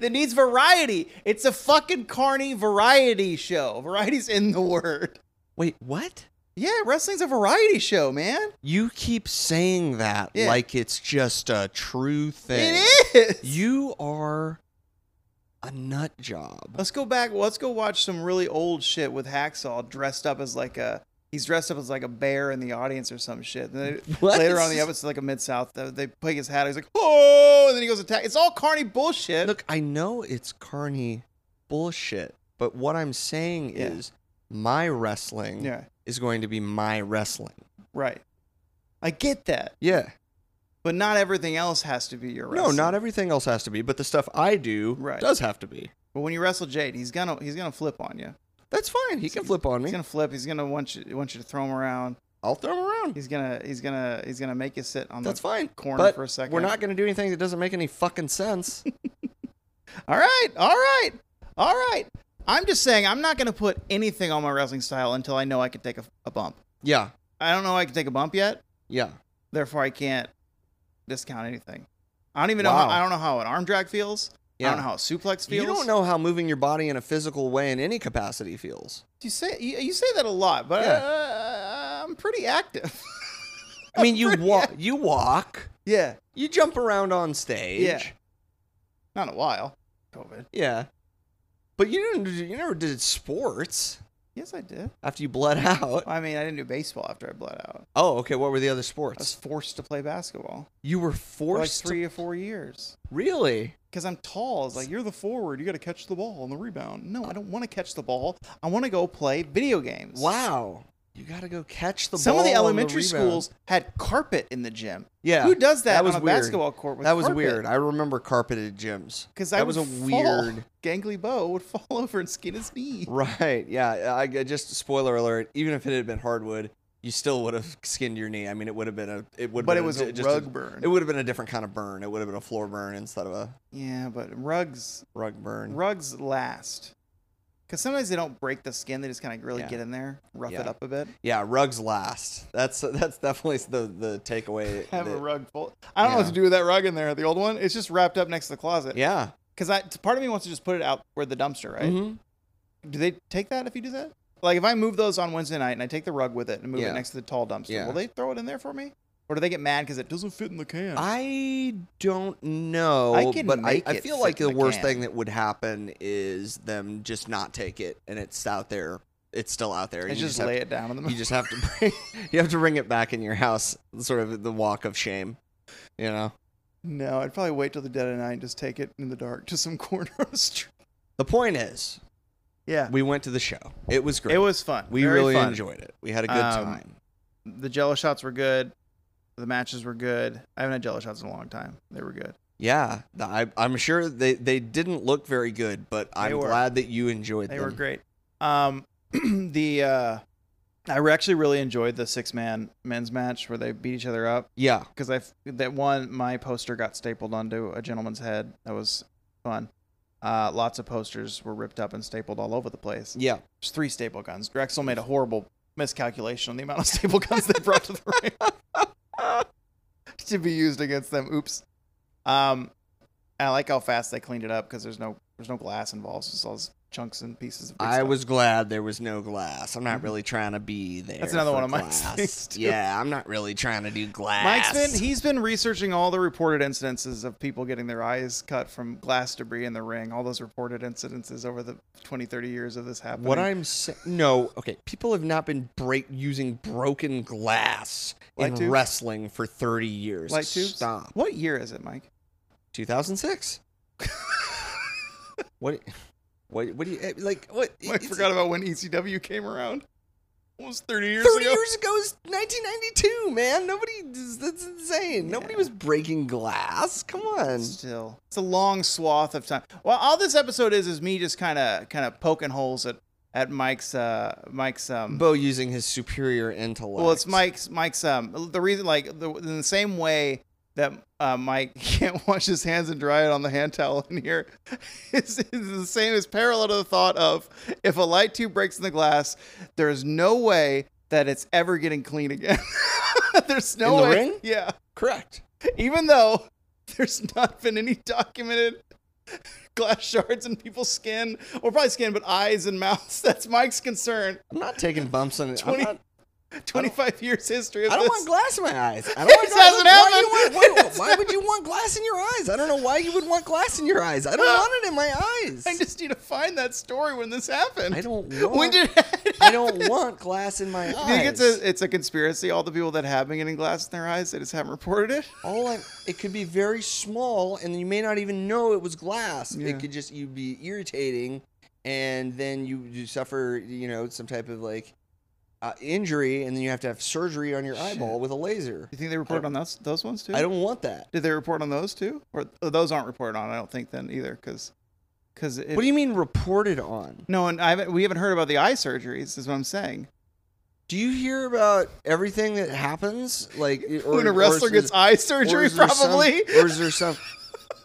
S1: that needs variety. It's a fucking carny variety show. Variety's in the word.
S2: Wait, what?
S1: Yeah, wrestling's a variety show, man.
S2: You keep saying that
S1: Yeah.
S2: like it's just a true thing.
S1: It is.
S2: You are a nut job.
S1: Let's go back. Let's go watch some really old shit with Hacksaw dressed up as like a. He's dressed up as like a bear in the audience or some shit. And then
S2: What?
S1: Later on in the episode, like a mid south, they play his hat. He's like, oh, and then he goes attack. It's all carny bullshit.
S2: Look, I know it's carny bullshit, but what I'm saying
S1: Yeah.
S2: is my wrestling
S1: yeah,
S2: is going to be my wrestling.
S1: right. I get that,
S2: Yeah.
S1: but not everything else has to be your
S2: No,
S1: wrestling.
S2: not everything else has to be, but the stuff I do
S1: Right.
S2: does have to be.
S1: But when you wrestle Jade, he's gonna he's gonna flip on you.
S2: That's fine. He can flip on
S1: He's
S2: me.
S1: gonna flip. He's gonna want you want you to throw him around.
S2: I'll throw him around.
S1: He's gonna he's gonna he's gonna make you sit on
S2: That's
S1: the
S2: fine.
S1: corner
S2: But
S1: for a second.
S2: we're not going to do anything that doesn't make any fucking sense.
S1: All right, all right, all right. I'm just saying I'm not going to put anything on my wrestling style until I know I can take a, a bump.
S2: yeah.
S1: I don't know I can take a bump yet,
S2: Yeah.
S1: therefore I can't discount anything. I don't even know.
S2: Wow.
S1: How, I don't know how an arm drag feels.
S2: Yeah.
S1: I don't know how a suplex
S2: You
S1: feels.
S2: don't know how moving your body in a physical way in any capacity feels.
S1: You say you, you say that a lot, but
S2: Yeah.
S1: uh, I'm pretty active.
S2: I mean, you
S1: Pretty
S2: walk, you walk,
S1: yeah,
S2: you jump around on stage.
S1: Yeah. not in a while. COVID.
S2: Yeah. But you didn't. You never did sports
S1: Yes, I did.
S2: after you bled out.
S1: I mean, I didn't do baseball after I bled out.
S2: Oh, okay. What were the other
S1: I was
S2: sports?
S1: forced to play basketball
S2: You were
S1: for like
S2: forced. to-
S1: three or four years.
S2: really?
S1: because I'm tall. It's like you're the forward. You got to catch the ball on the rebound. No, I don't want to catch the ball. I want to go play video games.
S2: Wow. You got to go catch the
S1: Some
S2: ball.
S1: of the
S2: on
S1: elementary
S2: rebound.
S1: schools had carpet in the gym.
S2: Yeah.
S1: Who does that,
S2: That was
S1: on a
S2: weird.
S1: basketball court? With
S2: That was weird. I remember carpeted gyms.
S1: Because
S2: that was a weird.
S1: Gangly Bo would fall over and skin his knee.
S2: Right. Yeah. I I just spoiler alert. Even if it had been hardwood, you still would have skinned your knee. I mean, it would have been a. It would.
S1: But it was a
S2: just
S1: rug burn.
S2: It would have been a different kind of burn. It would have been a floor burn instead of a
S1: yeah, but rugs
S2: rug burn.
S1: rugs last. Because sometimes they don't break the skin. They just kind of really
S2: Yeah.
S1: get in there, rough it
S2: Yeah.
S1: up a bit.
S2: Yeah, rugs last. That's that's definitely the the takeaway.
S1: Have a
S2: that-
S1: rug full. I don't know what
S2: Yeah.
S1: to do with that rug in there. The old one. It's just wrapped up next to the closet.
S2: Yeah.
S1: Because I part of me wants to just put it out where the dumpster, right?
S2: Mhm.
S1: Do they take that if you do that? Like if I move those on Wednesday night and I take the rug with it and move
S2: Yeah.
S1: it next to the tall dumpster,
S2: Yeah.
S1: will they throw it in there for me? Or do they get mad because it doesn't fit in the can?
S2: I don't know.
S1: I can
S2: but
S1: make
S2: I, I
S1: it
S2: feel
S1: fit
S2: like
S1: in
S2: the
S1: the
S2: worst
S1: can.
S2: thing that would happen is them just not take it and it's out there. It's still out there.
S1: I
S2: and
S1: just,
S2: you have
S1: lay it down in the
S2: you
S1: middle.
S2: just have to bring you have to bring it back in your house sort of the walk of shame you know
S1: No, I'd probably wait till the dead of night and just take it in the dark to some corner on the street.
S2: The point is,
S1: Yeah.
S2: we went to the show. It was great.
S1: It was fun.
S2: we
S1: Very
S2: really
S1: fun.
S2: enjoyed it. We had a good
S1: Um,
S2: time.
S1: The jello shots were good. The matches were good. I haven't had jello shots in a long time. They were good.
S2: Yeah, the- I, I'm sure they, they didn't look very good, but I'm
S1: were.
S2: glad that you enjoyed
S1: They
S2: them.
S1: were great. Um, the uh, I re- actually really enjoyed the six man men's match where they beat each other up
S2: Yeah,
S1: because I f- that one my poster got stapled onto a gentleman's head. That was fun. Uh, lots of posters were ripped up and stapled all over the place.
S2: yeah.
S1: There's three staple guns. Drexel made a horrible miscalculation on the amount of staple guns they brought to the ring to be used against them. Oops. Um, and I like how fast they cleaned it up because there's no there's no glass involved. It's just all those chunks and pieces. Of big
S2: I
S1: stuff.
S2: was glad there was no glass. I'm not
S1: Mhm.
S2: really trying to be there.
S1: That's another
S2: for
S1: one of Mike's
S2: glass.
S1: things, too.
S2: Yeah, I'm not really trying to do glass.
S1: Mike's been he's been researching all the reported incidences of people getting their eyes cut from glass debris in the ring. All those reported incidences over the 20, 30 years of this happening.
S2: What I'm saying, no, okay. People have not been break using broken glass
S1: Light
S2: in
S1: tubes?
S2: wrestling for 30 years.
S1: Light tubes?
S2: Stop.
S1: What year is it, Mike?
S2: 2006. what? What? What do you eh, like? What?
S1: Mike
S2: it's-
S1: forgot about when ECW came around. Almost thirty years
S2: 30
S1: ago.
S2: years ago is 1992, man. Nobody, that's insane. Nobody
S1: Yeah.
S2: was breaking glass. Come on.
S1: Still, it's a long swath of time. Well, all this episode is is me just kind of kind of poking holes at at Mike's uh Mike's um.
S2: Bo using his superior intellect.
S1: well, it's Mike's Mike's um the reason like the, in the same way that uh, Mike can't wash his hands and dry it on the hand towel in here is, is the same is parallel to the thought of if a light tube breaks in the glass, there is no way that it's ever getting clean again. There's no
S2: In the
S1: way.
S2: ring?
S1: Yeah.
S2: Correct.
S1: even though there's not been any documented glass shards in people's skin, or probably skin, but eyes and mouths. That's Mike's concern.
S2: I'm not taking bumps on it.
S1: 20
S2: I'm not,
S1: 25 years history of
S2: I don't
S1: this.
S2: want glass in my eyes. I don't want
S1: It
S2: glass.
S1: hasn't
S2: why, you want-
S1: happened.
S2: why- why would you want glass in your eyes? I don't know why you would want glass in your eyes. I don't want it in my eyes.
S1: I just need to find that story when this happened.
S2: I don't want.
S1: When did
S2: I don't want glass in my eyes.
S1: Do you think it's a it's a conspiracy? All the people that have been getting glass in their eyes, they just haven't reported it.
S2: All I, it could be very small, and you may not even know it was glass.
S1: Yeah.
S2: It could just you be irritating, and then you, you suffer, you know, some type of like uh, injury, and then you have to have surgery on your eyeball with a laser.
S1: Do you think they reported on those those ones too?
S2: I don't want that.
S1: Did they report on those too, or oh, those aren't reported on? I don't think then either, because because
S2: What do you mean reported on?
S1: no, and I haven't, we haven't heard about the eye surgeries. Is what I'm saying.
S2: Do you hear about everything that happens? Like it- or,
S1: when a
S2: or
S1: wrestler
S2: is
S1: gets
S2: there-
S1: eye
S2: or
S1: surgery,
S2: is there
S1: probably.
S2: some- or is there some?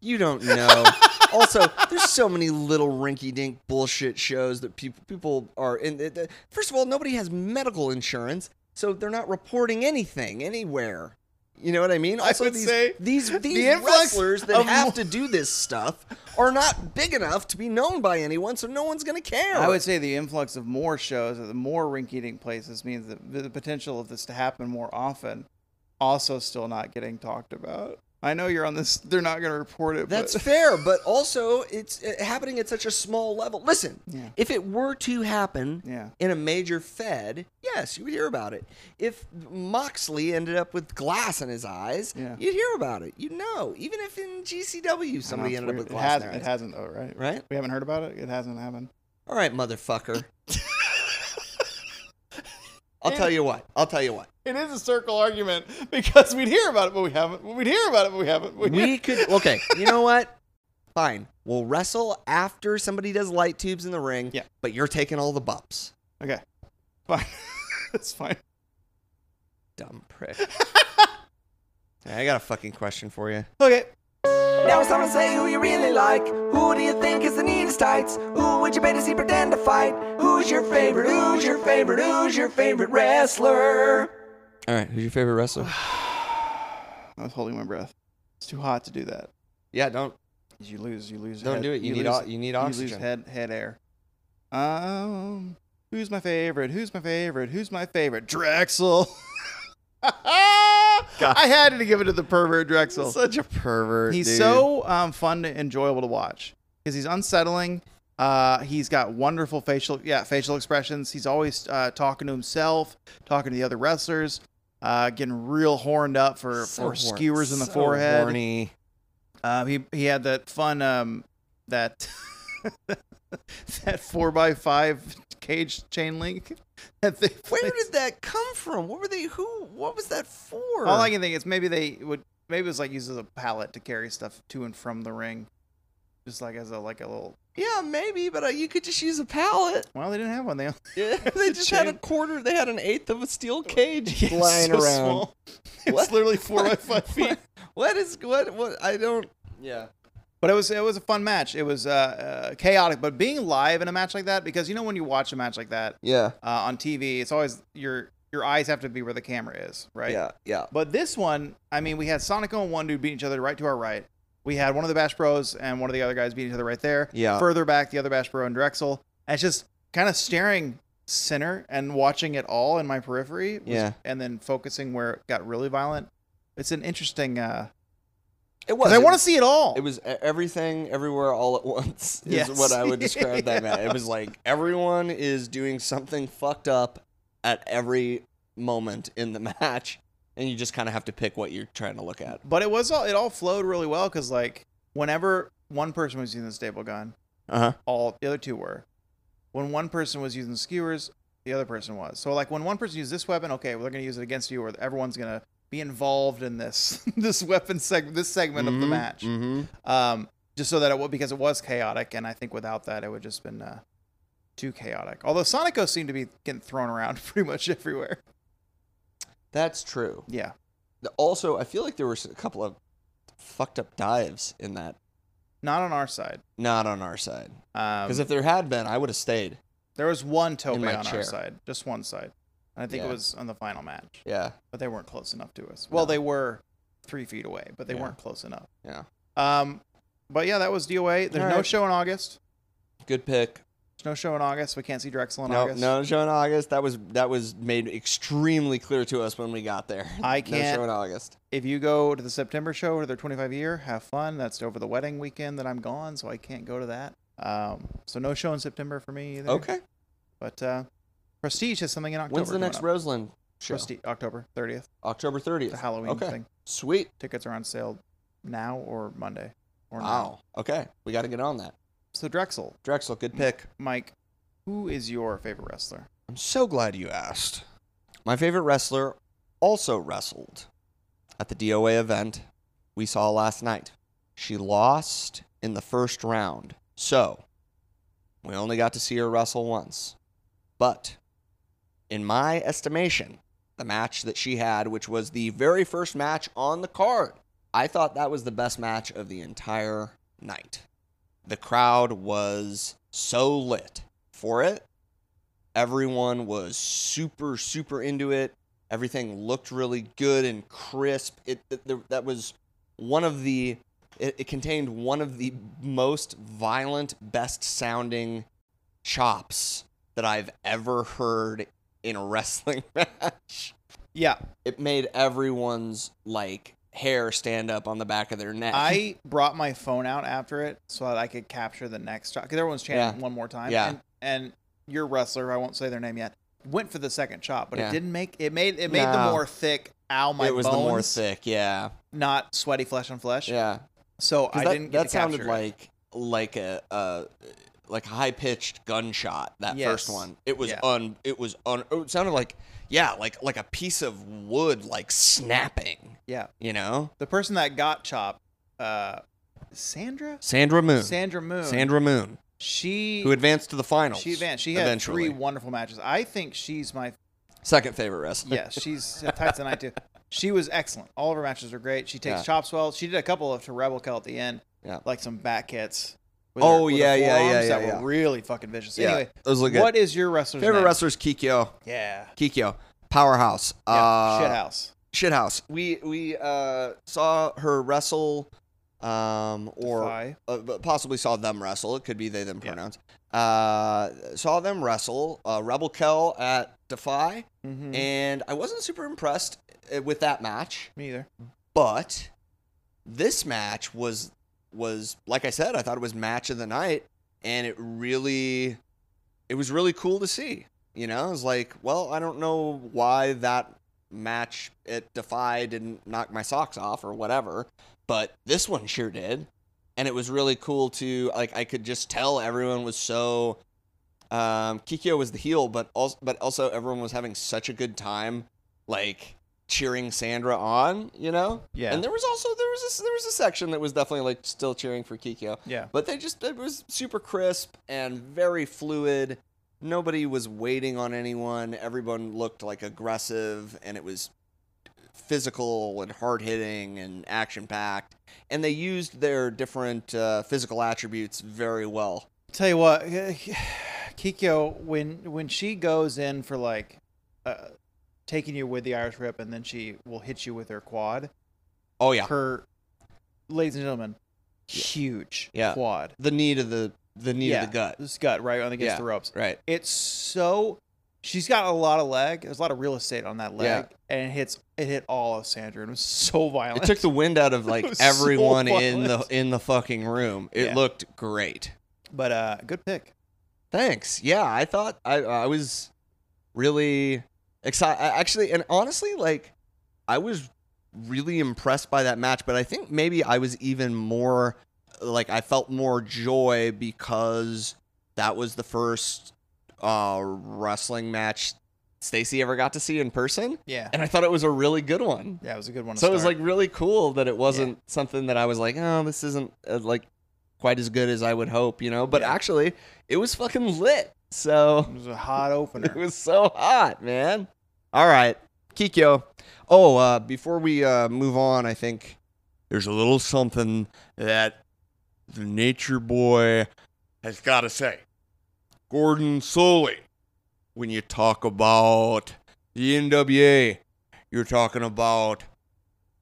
S2: You don't know. also, there's so many little rinky-dink bullshit shows that people people are in. it- it- First of all, nobody has medical insurance, so they're not reporting anything anywhere. You know what I mean? Also,
S1: would
S2: these,
S1: say
S2: these these
S1: influx
S2: wrestlers that
S1: of
S2: have to
S1: mo-
S2: do this stuff are not big enough to be known by anyone, so no one's gonna care.
S1: I would say the influx of more shows, or the more rink-eating places, means that the the potential of this to happen more often, also still not getting talked about. I know you're on this; they're not going to report it.
S2: That's
S1: but,
S2: fair, but also it's uh, happening at such a small level. Listen,
S1: Yeah.
S2: if it were to happen
S1: yeah.
S2: in a major Fed, yes, you would hear about it. If Moxley ended up with glass in his eyes,
S1: Yeah.
S2: you'd hear about it. You know, even if in GCW somebody
S1: I know,
S2: ended up
S1: it's
S2: with
S1: weird.
S2: glass
S1: It
S2: in their
S1: hasn't. It
S2: eyes,
S1: hasn't though, right?
S2: right?
S1: We haven't heard about it. It hasn't happened.
S2: All right, motherfucker. I'll tell you what. I'll tell you what.
S1: It is a circle argument because we'd hear about it, but we haven't. We'd hear about it, but we haven't. We'd hear-
S2: We could. Okay, you know what? Fine. We'll wrestle after somebody does light tubes in the ring.
S1: Yeah.
S2: But you're taking all the bumps.
S1: okay, fine. That's fine.
S2: dumb prick. I got a fucking question for you.
S1: Okay.
S2: Now it's time to say who you really like. Who do you think is the neatest tights? Who would you bet to see pretend to fight? Who's your favorite? Who's your favorite? Who's your favorite wrestler? All right, who's your favorite wrestler?
S1: I was holding my breath. It's too hot to do that.
S2: yeah, don't
S1: You lose. You lose.
S2: don't
S1: head-
S2: do it. You, need
S1: lose-
S2: o- you need
S1: You lose
S2: oxygen.
S1: head head air. Um, who's my favorite? Who's my favorite? Who's my favorite? Drexel. I had to give it to the pervert Drexel.
S2: Such a pervert.
S1: He's
S2: dude.
S1: so um, fun and enjoyable to watch because he's unsettling. Uh, he's got wonderful facial yeah facial expressions. He's always uh, talking to himself, talking to the other wrestlers. uh, getting real horned up for,
S2: So
S1: for
S2: horn-
S1: skewers in the
S2: so
S1: forehead.
S2: horny.
S1: Um, he he had that fun um, that that four by five cage chain link that they
S2: Where
S1: placed.
S2: did that come from? What were they? Who? What was that for?
S1: All I can think is maybe they would maybe it was like used as a pallet to carry stuff to and from the ring, just like as a like a little.
S2: yeah, maybe, but uh, you could just use a pallet.
S1: Well, they didn't have one. They
S2: Yeah, they just had a quarter. They had an eighth of a steel cage
S1: Yeah,
S2: lying
S1: so
S2: around.
S1: small. It's
S2: What?
S1: literally four by five feet.
S2: What is what? What? I don't. Yeah.
S1: But it was it was a fun match. It was uh, uh, chaotic, but being live in a match like that because you know when you watch a match like that
S2: Yeah.
S1: uh, on TV, it's always your your eyes have to be where the camera is, right?
S2: Yeah. Yeah.
S1: But this one, I mean, we had Sonico and one dude beating each other right to our right. We had one of the Bash Bros and one of the other guys beating each other right there.
S2: Yeah.
S1: Further back, the other Bash Bro and Drexel. And it's just kind of staring center and watching it all in my periphery. was-
S2: Yeah.
S1: And then focusing where it got really violent. It's an interesting. uh 'cause
S2: It was.
S1: I want to see it all.
S2: It was e- everything, everywhere, all at once. Is
S1: Yes.
S2: what I would describe that
S1: Yeah.
S2: man. It was like everyone is doing something fucked up at every moment in the match, and you just kind of have to pick what you're trying to look at.
S1: But it was all it all flowed really well because like whenever one person was using the staple gun,
S2: Uh huh.
S1: all the other two were. When one person was using skewers, the other person was. So like when one person used this weapon, okay, well, they're gonna use it against you, or everyone's gonna be involved in this this weapon segment, this segment of the match.
S2: Mm-hmm.
S1: Um, just so that it would because it was chaotic, and I think without that it would just been uh, too chaotic. Although Sonico seemed to be getting thrown around pretty much everywhere.
S2: That's true.
S1: Yeah,
S2: The- Also, I feel like there were s- a couple of fucked up dives in that.
S1: not on our side.
S2: Not on our side.
S1: Um,
S2: Because if there had been, I would have stayed.
S1: There was one tope
S2: In my
S1: on our
S2: chair.
S1: side, just one side. And I think it
S2: Yeah.
S1: was on the final match,
S2: Yeah.
S1: but they weren't close enough to us. Well,
S2: No.
S1: they were three feet away, but they
S2: Yeah.
S1: weren't close enough.
S2: Yeah.
S1: Um, but yeah, that was DOA. There's
S2: All
S1: no
S2: right.
S1: show in August.
S2: Good pick.
S1: There's no show in August. We can't see Drexel in
S2: no,
S1: August.
S2: no show in August. That was that was made extremely clear to us when we got there.
S1: I
S2: No
S1: can't-
S2: show in August.
S1: If you go to the September show or their 25 year, have fun. That's over the wedding weekend that I'm gone, so I can't go to that. Um, so no show in September for me either.
S2: Okay.
S1: But uh, Prestige has something in October.
S2: When's the
S1: coming
S2: next
S1: up.
S2: Roseland show?
S1: Prestige, October 30th,
S2: October
S1: the
S2: 30th.
S1: Halloween
S2: Okay.
S1: thing.
S2: Sweet.
S1: Tickets are on sale now or Monday. Or now.
S2: Wow. Okay. We got to get on that.
S1: So Drexel,
S2: Drexel, good pick.
S1: Mike, who is your favorite wrestler?
S2: I'm so glad you asked. My favorite wrestler also wrestled at the DOA event we saw last night. She lost in the first round. So, we only got to see her wrestle once. But, in my estimation, the match that she had, which was the very first match on the card, I thought that was the best match of the entire night. The crowd was so lit for it everyone was super super into it everything looked really good and crisp it, th th- that was one of the it, it contained one of the most violent best sounding chops that i've ever heard in a wrestling match
S1: Yeah,
S2: it made everyone's like hair stand up on the back of their neck
S1: I brought my phone out after it so that I could capture the next shot because everyone's chanting one more time.
S2: Yeah.
S1: and, and your wrestler, I won't say their name yet, went for the second shot, but it
S2: Yeah.
S1: didn't make it. Made it made the
S2: No.
S1: more thick. Ow, my
S2: it was
S1: bones,
S2: the more thick yeah
S1: not sweaty flesh on flesh.
S2: yeah
S1: So
S2: 'Cause
S1: I
S2: that,
S1: didn't. Get
S2: that
S1: to
S2: sounded
S1: capture it.
S2: like like a uh, like a high pitched gunshot. That
S1: Yes.
S2: first one. It was
S1: Yeah.
S2: un. It was un. It sounded like yeah, like like a piece of wood like snapping.
S1: Yeah.
S2: You know,
S1: the person that got chopped, uh, Sandra.
S2: Sandra Moon.
S1: Sandra Moon.
S2: Sandra Moon,
S1: She.
S2: who advanced to the finals.
S1: She advanced. She had
S2: eventually.
S1: three wonderful matches. I think she's my
S2: Second favorite wrestler.
S1: yeah. She's tights and I too. She was excellent. All of her matches were great. She takes
S2: Yeah.
S1: chops well. She did a couple of to Rebel Kill at the end.
S2: Yeah.
S1: Like some back hits.
S2: Oh, yeah, yeah, yeah,
S1: forearms
S2: yeah,
S1: That
S2: yeah.
S1: were really fucking vicious.
S2: Yeah,
S1: Anyway,
S2: those look good.
S1: what is your wrestler's
S2: favorite
S1: name?
S2: wrestlers? Kikyo.
S1: Yeah.
S2: Kikyo. Powerhouse.
S1: yeah.
S2: Uh,
S1: Shithouse.
S2: Shithouse. We we uh, saw her wrestle, um, or
S1: Defy.
S2: uh, but possibly saw them wrestle. It could be they them
S1: Yeah.
S2: pronouns. Uh, saw them wrestle. Uh, Rebel Kel at Defy,
S1: Mhm.
S2: and I wasn't super impressed uh, with that match.
S1: Me either.
S2: But this match was was like I said, I thought it was match of the night, and it really, it was really cool to see. You know, it was like, well, I don't know why that match at Defy didn't knock my socks off or whatever, but this one sure did. And it was really cool to like I could just tell everyone was so um Kikyo was the heel, but also but also everyone was having such a good time like cheering Sandra on, you know?
S1: Yeah.
S2: And there was also there was a, there was a section that was definitely like still cheering for Kikyo.
S1: yeah.
S2: But they just it was super crisp and very fluid. Nobody was waiting on anyone. Everyone looked like aggressive and it was physical and hard hitting and action packed. And they used their different uh, physical attributes very well.
S1: Tell you what, uh, Kikyo, when when she goes in for like uh, taking you with the Irish whip, and then she will hit you with her quad.
S2: Oh yeah.
S1: Her, ladies and gentlemen, huge
S2: Yeah.
S1: quad.
S2: The knee to the the knee
S1: yeah,
S2: to the gut.
S1: This gut right on against
S2: Yeah.
S1: the ropes.
S2: Right.
S1: It's so. She's got a lot of leg. There's a lot of real estate on that leg, and it hits. It hit all of Sandra, and it was so violent.
S2: It took the wind out of like
S1: It was so
S2: everyone in the
S1: violent.
S2: in the fucking room. It
S1: Yeah.
S2: looked great.
S1: but uh, good pick.
S2: Thanks. Yeah, I thought I I was really excited. Actually, and honestly, like I was really impressed by that match. But I think maybe I was even more like I felt more joy because that was the first uh, wrestling match Stacy ever got to see in person,
S1: Yeah,
S2: and I thought it was a really good one.
S1: yeah, it was a good one. To
S2: So it was
S1: start.
S2: like really cool that it wasn't something that I was like, oh, this isn't uh, like quite as good as I would hope, you know. But
S1: Yeah.
S2: actually, it was fucking lit. So
S1: it was a hot opener.
S2: it was so hot, man. All right, Kikyo. Oh, uh, before we uh, move on, I think there's a little something that the Nature Boy has got to say. Gordon Sully, when you talk about the NWA, you're talking about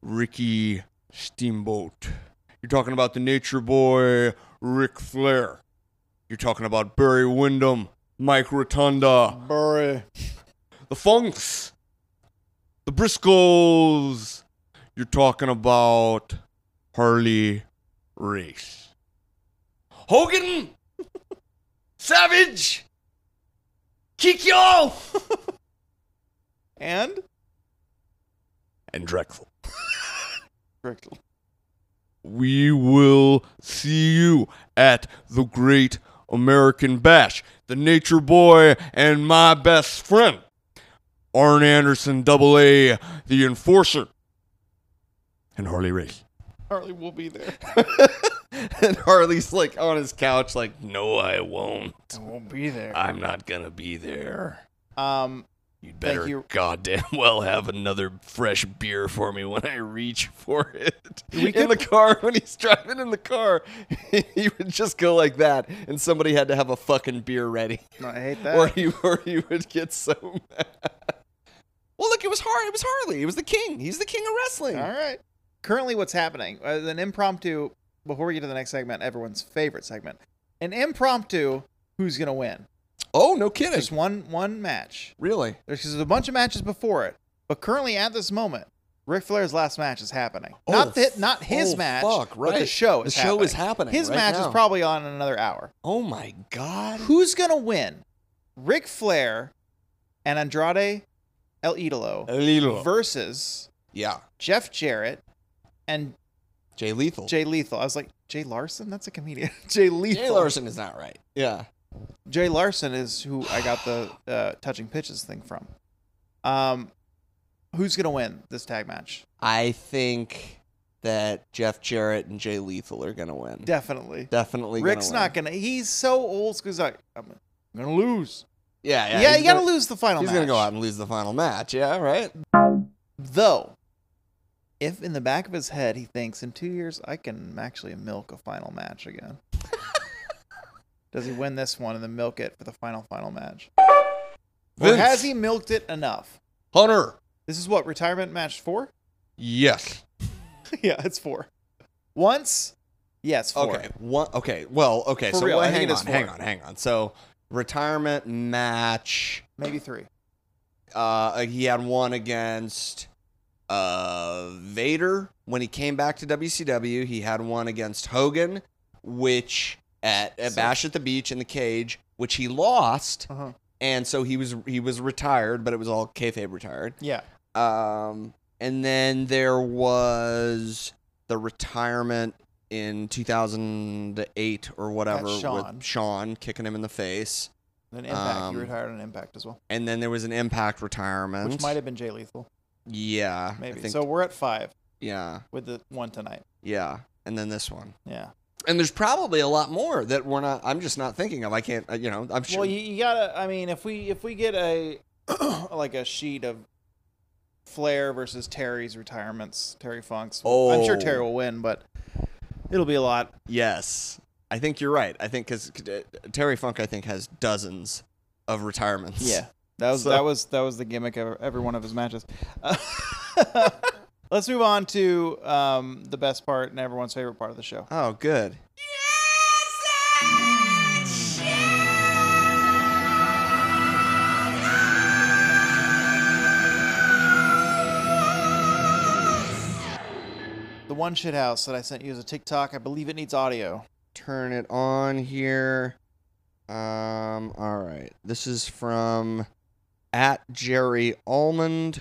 S2: Ricky Steamboat. You're talking about the Nature Boy, Ric Flair. You're talking about Barry Windham, Mike Rotunda,
S1: Burr.
S2: the Funks, the Briscoes. You're talking about Harley Race. Hogan, Savage, Kikyo,
S1: and
S2: and Drexel.
S1: Correct.
S2: We will see you at the Great American Bash. The Nature Boy and my best friend, Arn Anderson, double A, the Enforcer, and Harley Race.
S1: Harley will be there.
S2: and Harley's like on his couch, like, no, I won't.
S1: I won't be there.
S2: I'm not gonna be there.
S1: Um,
S2: You'd
S1: Thank you.
S2: goddamn well have another fresh beer for me when I reach for it.
S1: We
S2: in
S1: could-
S2: the car, when he's driving in the car, he would just go like that, and somebody had to have a fucking beer ready,
S1: I hate that.
S2: or he or he would get so mad. Well, look, it was hard. It was Harley. It was the king. He's the king of wrestling.
S1: All right. Currently, what's happening? Uh, an impromptu. Before we get to the next segment, everyone's favorite segment, an impromptu. Who's gonna win?
S2: Oh, no kidding.
S1: Just one one match.
S2: really?
S1: There's, 'cause there's a bunch of matches before it, but currently at this moment, Ric Flair's last match is happening.
S2: Oh,
S1: not
S2: the
S1: the, not his
S2: oh,
S1: match,
S2: fuck,
S1: but the
S2: right.
S1: show
S2: The
S1: is
S2: show is happening
S1: His
S2: right
S1: match
S2: now.
S1: is probably on in another hour.
S2: Oh my god.
S1: Who's gonna win? Ric Flair and Andrade El Idolo versus
S2: Yeah,
S1: Jeff Jarrett and
S2: Jay Lethal.
S1: Jay Lethal. I was like, Jay Larson? That's a comedian. Jay Lethal.
S2: Jay Larson is not right. Yeah.
S1: Jay Larson is who I got the uh, touching pitches thing from. Um, who's gonna win this tag match?
S2: I think that Jeff Jarrett and Jay Lethal are gonna win.
S1: Definitely.
S2: Definitely.
S1: Rick's
S2: gonna win.
S1: not gonna. He's so old school. He's like, I'm gonna lose.
S2: Yeah, yeah.
S1: Yeah,
S2: he's
S1: you gotta
S2: gonna-
S1: lose the final.
S2: He's
S1: match.
S2: gonna go out and lose the final match. Yeah, right.
S1: Though, if in the back of his head he thinks in two years I can actually milk a final match again, does he win this one and then milk it for the final final match? Or
S2: Vince.
S1: has he milked it enough?
S2: Hunter.
S1: This is what retirement match four.
S2: Yes.
S1: yeah, it's four. Once, yes, four.
S2: Okay. One. Okay. Well. Okay.
S1: For
S2: so
S1: real,
S2: what-
S1: I
S2: hang
S1: think it is
S2: on. Hang
S1: four.
S2: on. Hang on. So retirement match.
S1: maybe three.
S2: Uh, he had one against uh Vader when he came back to WCW. He had one against Hogan, which at, at
S1: So-
S2: Bash at the Beach in the cage, which he lost.
S1: Uh-huh.
S2: and so he was he was retired, but it was all kayfabe retired.
S1: Yeah,
S2: Um, and then there was the retirement in 2008 or whatever
S1: Sean.
S2: with Sean kicking him in the face.
S1: An impact.
S2: Um,
S1: you retired on impact as well,
S2: And then there was an impact retirement.
S1: which might have been Jay Lethal.
S2: yeah, I
S1: Maybe.
S2: think-
S1: So we're at five
S2: yeah,
S1: with the one tonight.
S2: yeah. And then this one.
S1: Yeah.
S2: And there's probably a lot more that we're not. I'm just not thinking of. I can't. uh, You know. I'm sure.
S1: Well, you, you gotta. I mean, if we if we get a like a sheet of Flair versus Terry's retirements, Terry Funk's. I'm sure
S3: Oh.
S1: Terry will win, but it'll be a lot.
S3: Yes.
S2: I think you're right. I think because Terry Funk, I think, has dozens of retirements.
S1: that was
S2: So-
S1: that was that was the gimmick of every one of his matches. Uh, Let's move on to um, the best part and everyone's favorite part of the show.
S2: Oh, good.
S1: The one shit house that I sent you as a TikTok. I believe it needs audio.
S2: Turn it on here. Um. All right. This is from at Jerry Almond.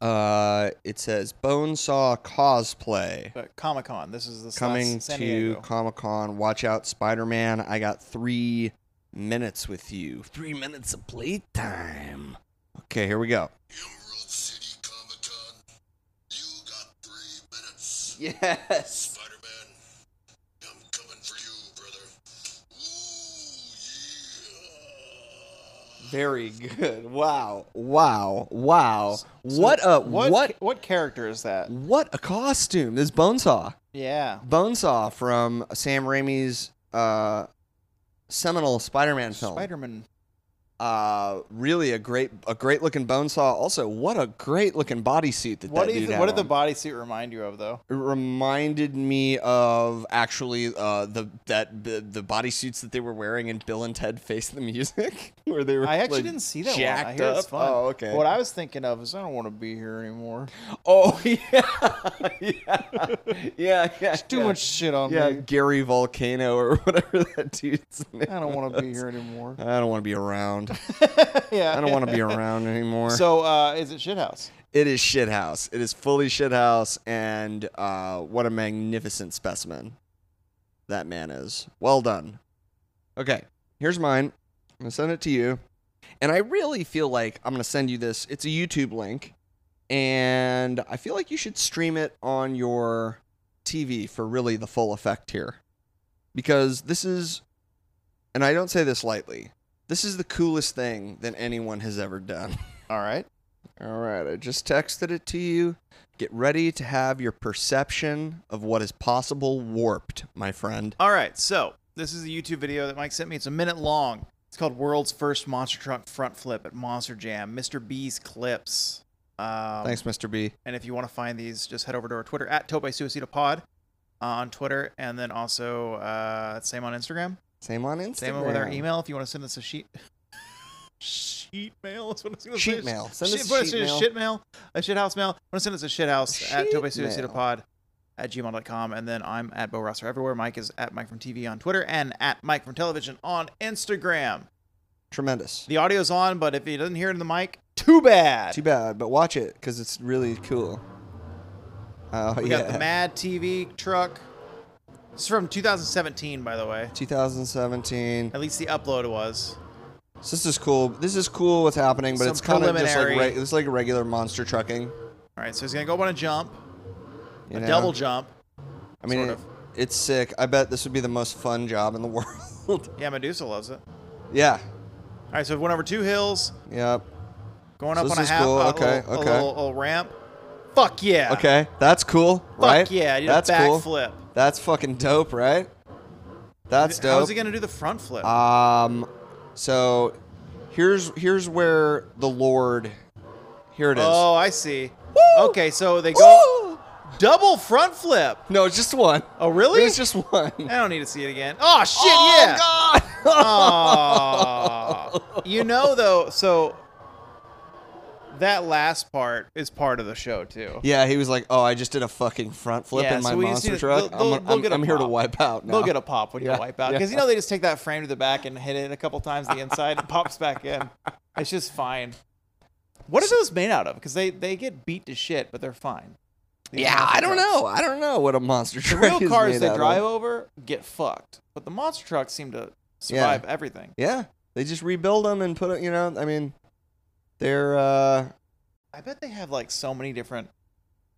S2: Uh, it says Bonesaw cosplay
S1: But Comic Con, this is the
S2: coming
S1: San
S2: to
S1: Diego.
S2: Comic Con. Watch out, Spider Man. I got three minutes with you. Three minutes of playtime. Okay, here we go.
S4: Emerald City Comic Con. You got three minutes.
S2: Yes.
S4: Spider Man, I'm coming for you, brother. Ooh,
S2: Very good. Wow. Wow. Wow. what a
S1: what
S2: what
S1: what character is that?
S2: what a costume. This Bonesaw.
S1: Yeah,
S2: Bonesaw from Sam Raimi's uh seminal Spider-Man film.
S1: Spider-Man.
S2: uh really a great a great looking Bonesaw. Also, what a great looking bodysuit that
S1: What
S2: that
S1: do you
S2: dude
S1: th-
S2: had
S1: what did the
S2: on.
S1: bodysuit remind you of though?
S2: It reminded me of actually uh the that the, the bodysuits that they were wearing in Bill and Ted Face the Music where they were
S1: I actually
S2: like,
S1: didn't see that one. I
S2: jacked
S1: hear it's
S2: up.
S1: fun.
S2: Oh, okay.
S1: What I was thinking of is I don't want to be here anymore.
S2: Oh yeah, yeah, yeah, yeah.
S1: Too much shit on
S2: Yeah,
S1: me.
S2: Gary Volcano or whatever that dude's name.
S1: I don't want to be here anymore.
S2: I don't want to be around.
S1: yeah,
S2: I don't want to be around anymore.
S1: So uh, is it shithouse?
S2: it is shithouse. It is fully shithouse, and uh, what a magnificent specimen that man is. Well done. Okay, here's mine. I'm gonna send it to you, and I really feel like I'm gonna send you this. It's a YouTube link, and I feel like you should stream it on your TV for really the full effect here, because this is, and I don't say this lightly. This is the coolest thing that anyone has ever done.
S1: All right.
S2: All right, I just texted it to you. Get ready to have your perception of what is possible warped, my friend.
S1: All right. So this is a YouTube video that Mike sent me. It's a minute long. It's called "World's First Monster Truck Front Flip" at Monster Jam. Mr. B's clips. Um,
S2: Thanks, Mr. B.
S1: And if you want to find these, just head over to our Twitter at Tope Suicida Pod uh, on Twitter, and then also uh, same on Instagram.
S2: Same on Instagram.
S1: Same with our email if you want to send us a sheet. sheet mail. Is what I was gonna say.
S2: Sheet mail. Send
S1: Shit-
S2: us
S1: what
S2: a
S1: is
S2: sheet
S1: it,
S2: mail.
S1: shit mail, a shit house mail. Want to send us a shit house at
S2: Shit
S1: tobesuicidapod at gmail.com. And then I'm at Bo Rosser everywhere. Mike is at Mike from TV on Twitter and at Mike from Television on Instagram.
S2: Tremendous.
S1: The audio's on, but if he doesn't hear it in the mic, too bad.
S2: Too bad, but watch it because it's really cool. Oh
S1: we
S2: yeah.
S1: got the Mad TV truck. This is from 2017, by the way.
S2: 2017.
S1: At least the upload was.
S2: So this is cool. This is cool. What's happening? But
S1: Some
S2: it's kind of just like
S1: preliminary-
S2: re- it's like regular monster trucking.
S1: All right, so he's going to go up on a jump,
S2: You
S1: a
S2: know?
S1: double jump.
S2: I mean,
S1: sort
S2: it-
S1: of.
S2: it's sick. I bet this would be the most fun job in the world.
S1: Yeah, Medusa loves it.
S2: yeah.
S1: All right, so we went over two hills,
S2: Yep.
S1: going
S2: So
S1: up
S2: this
S1: on a
S2: is
S1: half,
S2: cool.
S1: a
S2: Okay,
S1: little, a
S2: okay.
S1: little- little ramp. Fuck yeah.
S2: Okay, that's cool,
S1: Fuck
S2: right?
S1: yeah, I did
S2: that's
S1: a
S2: cool.
S1: backflip. flip.
S2: That's fucking dope, right? That's dope.
S1: How's he gonna do the front flip?
S2: um, so here's here's where the Lord. Here it is.
S1: oh, I see.
S2: Woo!
S1: Okay, so they go
S2: Woo!
S1: double front flip.
S2: No, it's just one.
S1: Oh, really?
S2: It was just one.
S1: I don't need to see it again. Oh shit, yeah.
S2: Oh God!
S1: Aw. you know though, so that last part is part of the show too.
S2: yeah, he was like, "Oh, I just did a fucking front flip
S1: Yeah,
S2: in my
S1: so we just
S2: monster
S1: need to-
S2: truck.
S1: they'll- they'll-
S2: I'm,
S1: they'll
S2: I'm,
S1: get a
S2: I'm here to
S1: pop.
S2: wipe out now."
S1: They'll get a pop when you
S2: Yeah,
S1: wipe out because you know they just take that frame to the back and hit it a couple times to the inside and pops back in. It's just fine. What are those made out of? Because they, they get beat to shit, but they're fine. These
S2: Yeah,
S1: monster
S2: I don't
S1: trucks.
S2: know. I don't know what a monster
S1: The
S2: truck
S1: real
S2: is
S1: cars
S2: made
S1: they
S2: out of.
S1: drive over get fucked, but the monster trucks seem to survive everything.
S2: Yeah, they just rebuild them and put it. You know, I mean, they're uh,
S1: I bet they have like so many different,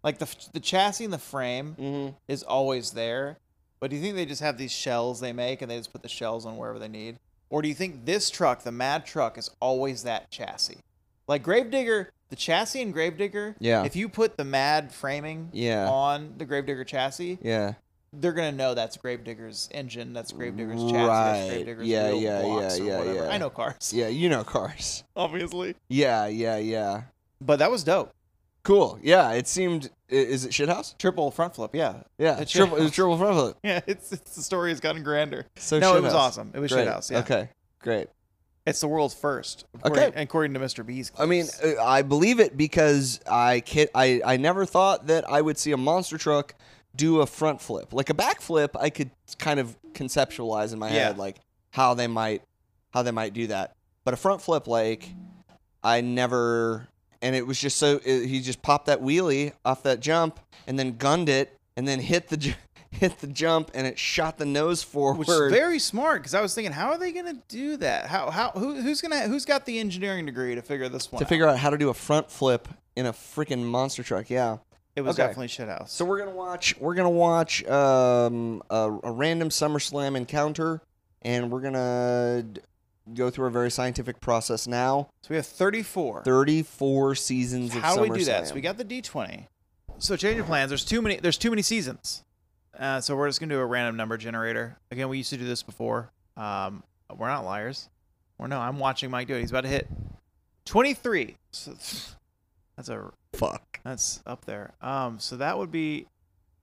S1: like the f- the chassis and the frame is always there. But do you think they just have these shells they make and they just put the shells on wherever they need? Or do you think this truck, the Mad Truck, is always that chassis? Like Gravedigger, the chassis in Gravedigger,
S2: Yeah.
S1: if you put the Mad framing
S2: Yeah.
S1: on the Gravedigger chassis,
S2: yeah,
S1: they're going to know that's Gravedigger's engine, that's Gravedigger's chassis,
S2: Right.
S1: that's Gravedigger's
S2: Yeah,
S1: wheel
S2: yeah,
S1: blocks
S2: yeah,
S1: or
S2: yeah,
S1: whatever.
S2: yeah.
S1: I know cars,
S2: yeah. You know cars.
S1: obviously.
S2: Yeah, yeah, yeah.
S1: But that was dope.
S2: Cool. Yeah, it seemed. i- Is it shithouse?
S1: Triple front flip, yeah.
S2: Yeah,
S1: It's
S2: triple,
S1: shithouse.
S2: it was triple front flip.
S1: Yeah, it's, it's the story has gotten grander.
S2: So
S1: no, it was
S2: shithouse.
S1: awesome. It was
S2: Great.
S1: shithouse. Yeah,
S2: Okay, great.
S1: it's the world's first.
S2: Okay.
S1: according, according to Mr. B's.
S2: I mean,
S1: clips.
S2: uh, I believe it because I can I, I never thought that I would see a monster truck do a front flip. Like a back flip, I could kind of conceptualize in my
S1: Yeah.
S2: head like how they might how they might do that. But a front flip like I never and it was just so it, he just popped that wheelie off that jump and then gunned it and then hit the ju- hit the jump and it shot the nose forward.
S1: which is very smart because I was thinking, how are they going to do that? How how who, who's gonna who's got the engineering degree to figure this one?
S2: to
S1: out?
S2: figure out how to do a front flip in a freaking monster truck. Yeah.
S1: it was
S2: okay.
S1: definitely shit house.
S2: So we're gonna watch. We're gonna watch um, a, a random SummerSlam encounter, and we're gonna d- go through a very scientific process now.
S1: So we have thirty four.
S2: Thirty-four seasons. of
S1: How do we do that?
S2: SummerSlam.
S1: So we got the D twenty. So change of plans. There's too many. There's too many seasons. Uh, so we're just gonna do a random number generator. Again, we used to do this before. Um, we're not liars. Or no, I'm watching Mike do it. He's about to hit twenty three. So, that's a
S3: Fuck.
S1: That's up there. Um, so that would be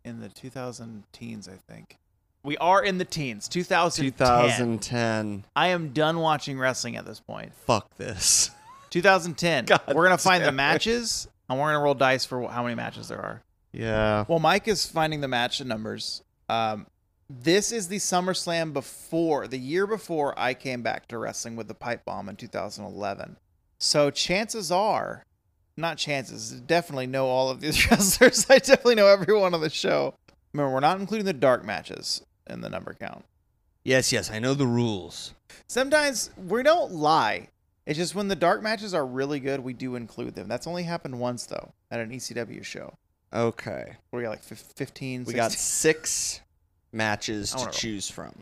S1: in the 2000 teens, I think. We are in the teens, 2010.
S2: 2010.
S1: I am done watching wrestling at this point.
S3: Fuck this.
S1: 2010.
S3: God
S1: we're gonna find the
S3: damn it.
S1: matches, and we're gonna roll dice for wh- how many matches there are.
S3: Yeah.
S1: Well, Mike is finding the match and numbers. Um, this is the SummerSlam before the year before I came back to wrestling with the pipe bomb in 2011. So chances are, not chances, definitely know all of these wrestlers. I definitely know everyone on the show. Remember, we're not including the dark matches in the number count.
S3: Yes, yes, I know the rules.
S1: Sometimes we don't lie. It's just when the dark matches are really good, we do include them. That's only happened once though at an ECW show.
S2: Okay,
S1: We got like fif- 15.
S2: we got
S1: 16
S2: six matches
S1: I
S2: to
S1: wanna roll.
S2: choose from.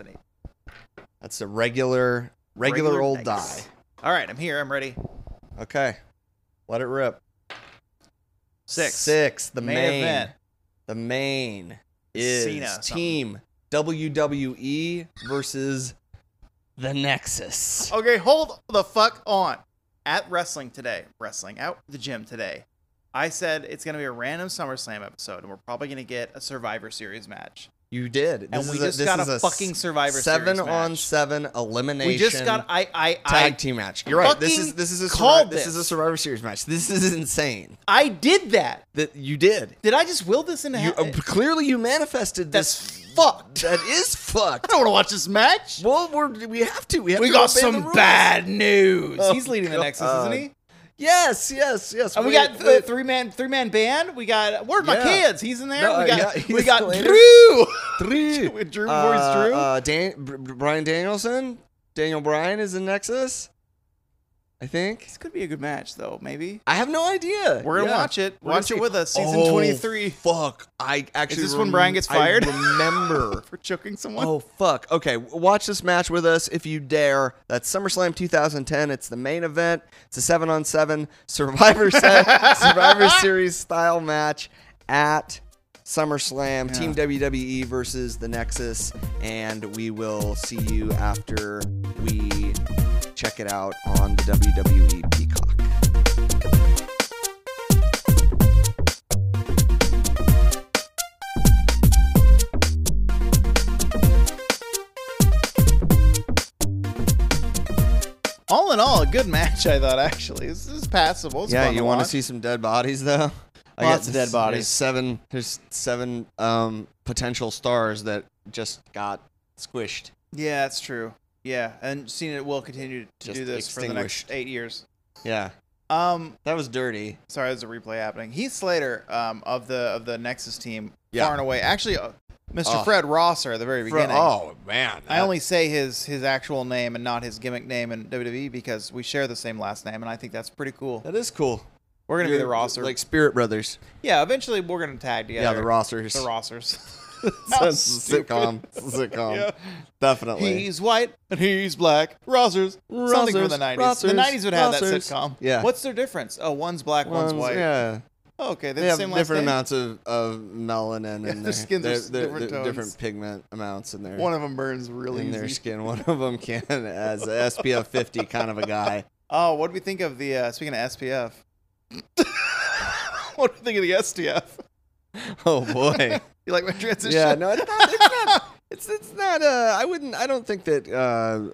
S1: and eight.
S2: That's the regular, regular,
S1: Regular
S2: old die.
S1: dice. All right, I'm here. I'm ready.
S2: Okay, let it rip.
S1: Six.
S2: Six. The main.
S1: Main event.
S2: The main is
S1: Cena or something.
S2: team WWE versus the Nexus.
S1: Okay, hold the fuck on. At wrestling today, wrestling out the gym today, I said it's gonna be a random SummerSlam episode, and we're probably gonna get a Survivor Series match.
S2: You did.
S1: And
S2: This
S1: we
S2: is
S1: just
S2: this
S1: got
S2: is
S1: a,
S2: s-
S1: fucking Survivor
S2: seven
S1: Series
S2: on
S1: match.
S2: seven elimination.
S1: We just got. I I I,
S2: tag team match. You're right. This is
S1: fucking
S2: this is a
S1: called
S2: survivor, this. is a
S1: this.
S2: Survivor Series match. This is insane.
S1: I did that.
S2: That you did.
S1: Did I just will this into
S2: You uh,
S1: hell?
S2: clearly you manifested
S1: That's
S2: this.
S1: fucked.
S2: That is
S1: I
S2: fucked.
S1: don't want to watch this match.
S2: Well, we're, we have to. We, have
S1: We
S2: to
S1: got
S2: obey the
S1: some
S2: rules.
S1: bad news.
S2: Oh,
S1: He's leading the Nexus,
S2: God.
S1: isn't he?
S2: Yes, yes, yes.
S1: And
S2: Wait,
S1: we got the
S2: wait.
S1: three man three man band. We got where's my
S2: Yeah.
S1: kids? He's in there.
S2: No,
S1: we got
S2: yeah, he's
S1: we got
S2: still in it.
S1: Drew.
S2: Three.
S1: With Drew
S2: Uh,
S1: voice Drew.
S2: Uh, Dan- Br- Br- Brian Danielson. Daniel Bryan is in Nexus. I think.
S1: this could be a good match though. Maybe
S2: I have no idea.
S1: we're gonna
S2: Yeah.
S1: watch it.
S2: We're gonna
S1: watch
S2: see.
S1: it with us. Season
S2: Oh,
S1: twenty three
S2: Fuck. I actually.
S1: this when Brian gets fired?
S2: I remember.
S1: for choking someone.
S2: oh fuck. Okay, w- watch this match with us if you dare. That's SummerSlam 2010. It's the main event. It's a seven on seven Survivor set, Survivor Series style match at. SummerSlam, Team WWE versus the Nexus, and we will see you after we check it out on the WWE Peacock.
S1: All in all, a good match. I thought actually this is passable. It's
S2: yeah,
S1: fun
S2: you
S1: want to watch.
S2: see some dead bodies though?
S1: Lots of dead
S2: there's-
S1: bodies.
S2: There's seven. There's seven um, potential stars that just got squished.
S1: Yeah, that's true. Yeah, and Cena will continue to
S2: Just
S1: do this for the next
S2: extinguished.
S1: eight years.
S2: Yeah.
S1: Um,
S5: That was dirty.
S1: sorry, there's a replay happening. Heath Slater, um, of the of the Nexus team,
S2: Yeah.
S1: far and away. Actually, uh, Mr.
S2: Oh.
S1: Fred Rosser at the very
S2: Fro-
S1: beginning.
S2: oh man,
S1: I
S2: that-
S1: only say his his actual name and not his gimmick name in WWE because we share the same last name, and I think that's pretty cool.
S2: that is cool.
S1: We're gonna be the
S2: You're
S1: Rosser.
S2: like Spirit Brothers.
S1: yeah, eventually we're gonna tag together.
S2: Yeah, the Rossers.
S1: The Rossers.
S2: That's a sitcom. It's a sitcom.
S1: Yeah.
S2: Definitely.
S1: He's white and he's black. Rossers. Something from
S2: Rossers,
S1: the 90s. the
S2: Rossers,
S1: 90s would have that
S2: Rossers.
S1: sitcom.
S2: Yeah.
S1: What's their difference? Oh, one's black, one's,
S2: One's-
S1: white.
S2: Yeah.
S1: Oh, okay, they're
S2: They
S1: the
S2: have
S1: same
S2: different
S1: last name.
S2: amounts of, of melanin
S1: Yeah,
S2: in
S1: their
S2: their
S1: skins are
S2: their-
S1: s-
S2: their-
S1: different
S2: their-
S1: tones.
S2: different pigment amounts in their
S1: One of them burns really
S2: in their
S1: easy.
S2: skin. One of them can as a SPF 50 kind of a guy.
S1: Oh, what do we think of the uh, speaking of SPF? what do we think of the STF?
S2: Oh boy.
S1: You like my transition?
S2: yeah. No, it's not. It's not. It's, it's not uh, I wouldn't. I don't think that uh,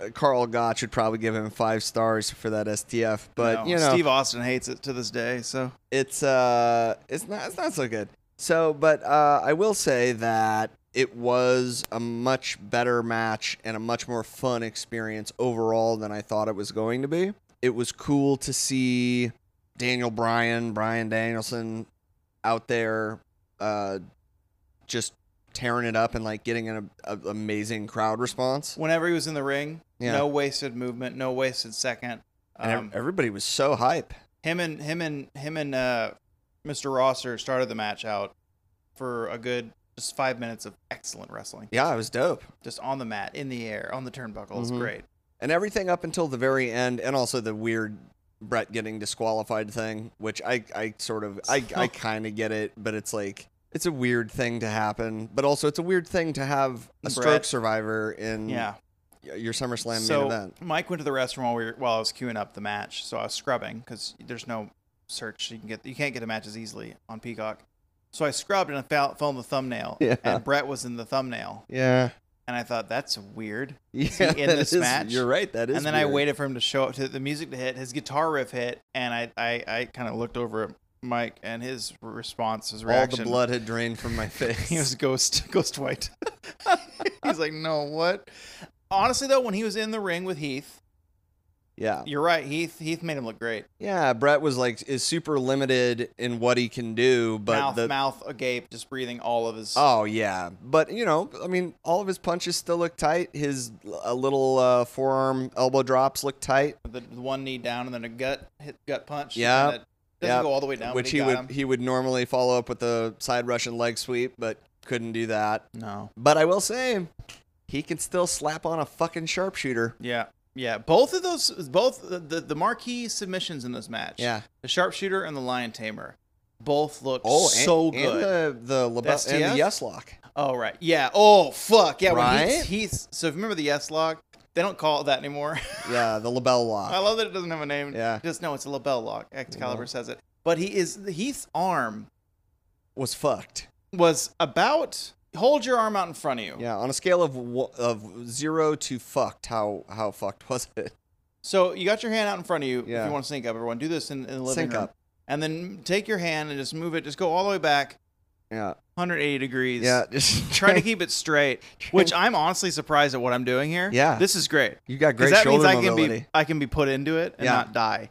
S2: uh, Carl Gott should probably give him five stars for that STF. But
S1: No,
S2: you know,
S1: Steve Austin hates it to this day. So
S2: it's uh it's not it's not so good. So, but uh, I will say that it was a much better match and a much more fun experience overall than I thought it was going to be. It was cool to see Daniel Bryan, Brian Danielson out there uh, just tearing it up and like getting an a, a- amazing crowd response.
S1: whenever he was in the ring,
S2: Yeah.
S1: no wasted movement, no wasted second.
S2: And
S1: Um,
S2: ev- everybody was so hype.
S1: him and him and him and uh, Mr. Rosser started the match out for a good just five minutes of excellent wrestling,
S2: Yeah, it was dope.
S1: just on the mat, in the air, on the turnbuckle. It's
S2: Mhm.
S1: great.
S2: and everything up until the very end, and also the weird Brett getting disqualified thing, which I, I sort of I, I kind of get it, but it's like it's a weird thing to happen, but also it's a weird thing to have a stroke
S1: Brett.
S2: survivor in
S1: Yeah.
S2: y- your SummerSlam
S1: so
S2: main event.
S1: Mike went to the restroom while we were, while I was queuing up the match, so I was scrubbing because there's no search you can get you can't get the matches easily on Peacock. So I scrubbed and I found, found the thumbnail,
S2: Yeah.
S1: and Brett was in the thumbnail,
S2: Yeah,
S1: and I thought that's weird.
S2: yeah,
S1: in
S2: that
S1: this
S2: is-
S1: match?
S2: You're right. That is.
S1: and then I
S2: weird.
S1: waited for him to show up to the music to hit, his guitar riff hit, and I I, I kind of looked over at Mike and his response, his
S2: All
S1: reaction.
S2: the blood had drained from my face.
S1: He was ghost ghost white. He's like, no, what? Honestly though, when he was in the ring with Heath,
S2: yeah,
S1: you're right. Heath Heath made him look great.
S2: yeah. Brett was like is super limited in what he can do, but
S1: mouth
S2: the
S1: mouth agape, just breathing all of his.
S2: Oh yeah, but you know, I mean, all of his punches still look tight. His uh, little uh, forearm elbow drops look tight,
S1: the, the one knee down and then a gut hit, gut punch.
S2: Yeah.
S1: and it doesn't
S2: Yeah.
S1: go all the way down,
S2: which
S1: but he,
S2: he
S1: got
S2: would
S1: him.
S2: he would normally follow up with a side Russian leg sweep, but couldn't do that.
S1: No,
S2: But I will say, he can still slap on a fucking sharpshooter.
S1: yeah, yeah. Both of those, both the the, the marquee submissions in this match.
S2: Yeah.
S1: the sharpshooter and the lion tamer, both look
S2: Oh, and,
S1: so
S2: and
S1: good.
S2: the the Lebe-
S1: The STF?
S2: and the yes lock.
S1: oh right, yeah. Oh fuck, yeah. When
S2: Right?
S1: Heath, Heath, so if you remember the yes lock, they don't call it that anymore.
S2: Yeah, the label
S1: I
S2: lock.
S1: love that it doesn't have a name.
S2: Yeah. Mm-hmm.
S1: just no, it's a label lock. Excalibur says it, but he is Heath's arm
S2: Was fucked.
S1: was about hold your arm out in front of you.
S2: Yeah, on a scale of wo- of zero to fucked, how how fucked was it?
S1: So you got your hand out in front of you. If
S2: Yeah.
S1: you want to sync up, everyone do this in, in the living
S2: Sync
S1: room.
S2: up.
S1: And then take your hand and just move it. Just go all the way back,
S2: Yeah,
S1: 180 degrees.
S2: yeah. Just
S1: Try to keep it straight, which I'm honestly surprised at what I'm doing here.
S2: Yeah.
S1: This is great.
S2: You got
S1: Because
S2: great
S1: that means
S2: shoulder
S1: I can
S2: mobility.
S1: be I can be put into it and
S2: Yeah.
S1: not die.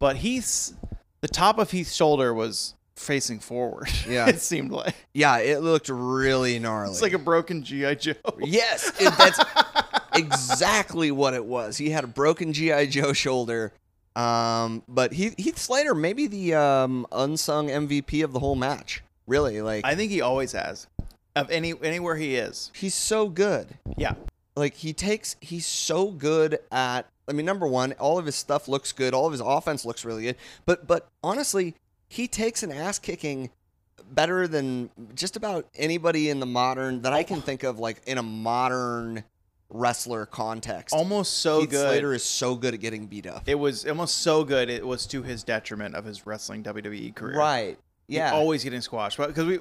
S1: But Heath's the top of Heath's shoulder was facing forward.
S2: Yeah.
S1: it seemed like
S2: Yeah, it looked really gnarly.
S1: it's like a broken GI Joe.
S2: yes, it, that's exactly what it was. He had a broken GI Joe shoulder. Um, but he, Heath Slater, maybe the um, unsung MVP of the whole match. Really, like
S1: I think he always has. Of any anywhere he is.
S2: he's so good.
S1: Yeah.
S2: Like he takes, he's so good at. I mean, number one, all of his stuff looks good. All of his offense looks really good. But but honestly, he takes an ass kicking better than just about anybody in the modern that
S1: Oh.
S2: I can think of. Like in a modern wrestler context,
S1: Almost Oh, so
S2: Heath
S1: good.
S2: Slater is so good at getting beat up.
S1: It was almost so good. It was to his detriment of his wrestling WWE career.
S2: Right.
S1: He
S2: Yeah.
S1: always getting squashed. But because we,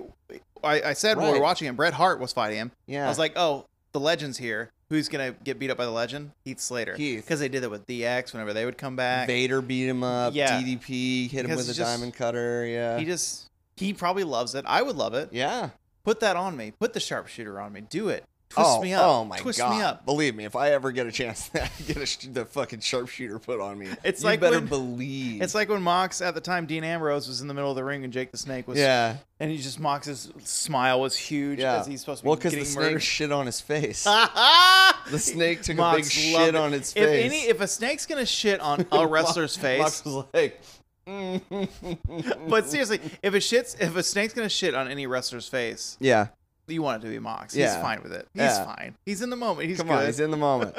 S1: I, I said while we were
S2: Right.
S1: watching him, Bret Hart was fighting him.
S2: yeah.
S1: I was like, oh, the legend's here. Who's gonna get beat up by the legend? Heath Slater.
S2: Heath.
S1: Because they did that with DX whenever they would come back.
S2: Vader beat him up.
S1: Yeah.
S2: DDP hit him
S1: Because
S2: with a
S1: it's just-
S2: diamond cutter. Yeah.
S1: He just he probably loves it. I would love it.
S2: yeah.
S1: Put that on me. Put the sharpshooter on me. Do it. Twists
S2: oh,
S1: me up.
S2: Oh my
S1: Twist
S2: god!
S1: me up.
S2: Believe me, if I ever get a chance to get a sh- the fucking sharpshooter put on me,
S1: It's
S2: you
S1: like
S2: better
S1: when-
S2: believe.
S1: It's like when Mox at the time Dean Ambrose was in the middle of the ring and Jake the Snake was
S2: yeah,
S1: and he just Mox's smile was huge
S2: yeah.
S1: as he's supposed to be
S2: well, because
S1: getting
S2: the snake
S1: murdered. Ah,
S2: shit on his face. the snake took a big
S1: Mox loved
S2: shit
S1: it.
S2: on its
S1: if
S2: face.
S1: any if a snake's gonna shit on a wrestler's face,
S2: Mox was like, "Mm."
S1: but seriously, if a shits if a snake's gonna shit on any wrestler's face,
S2: yeah,
S1: you want it to be Mox. He's
S2: Yeah.
S1: fine with it. He's
S2: Yeah.
S1: fine. He's in the moment. He's
S2: come
S1: good.
S2: on, he's in the moment.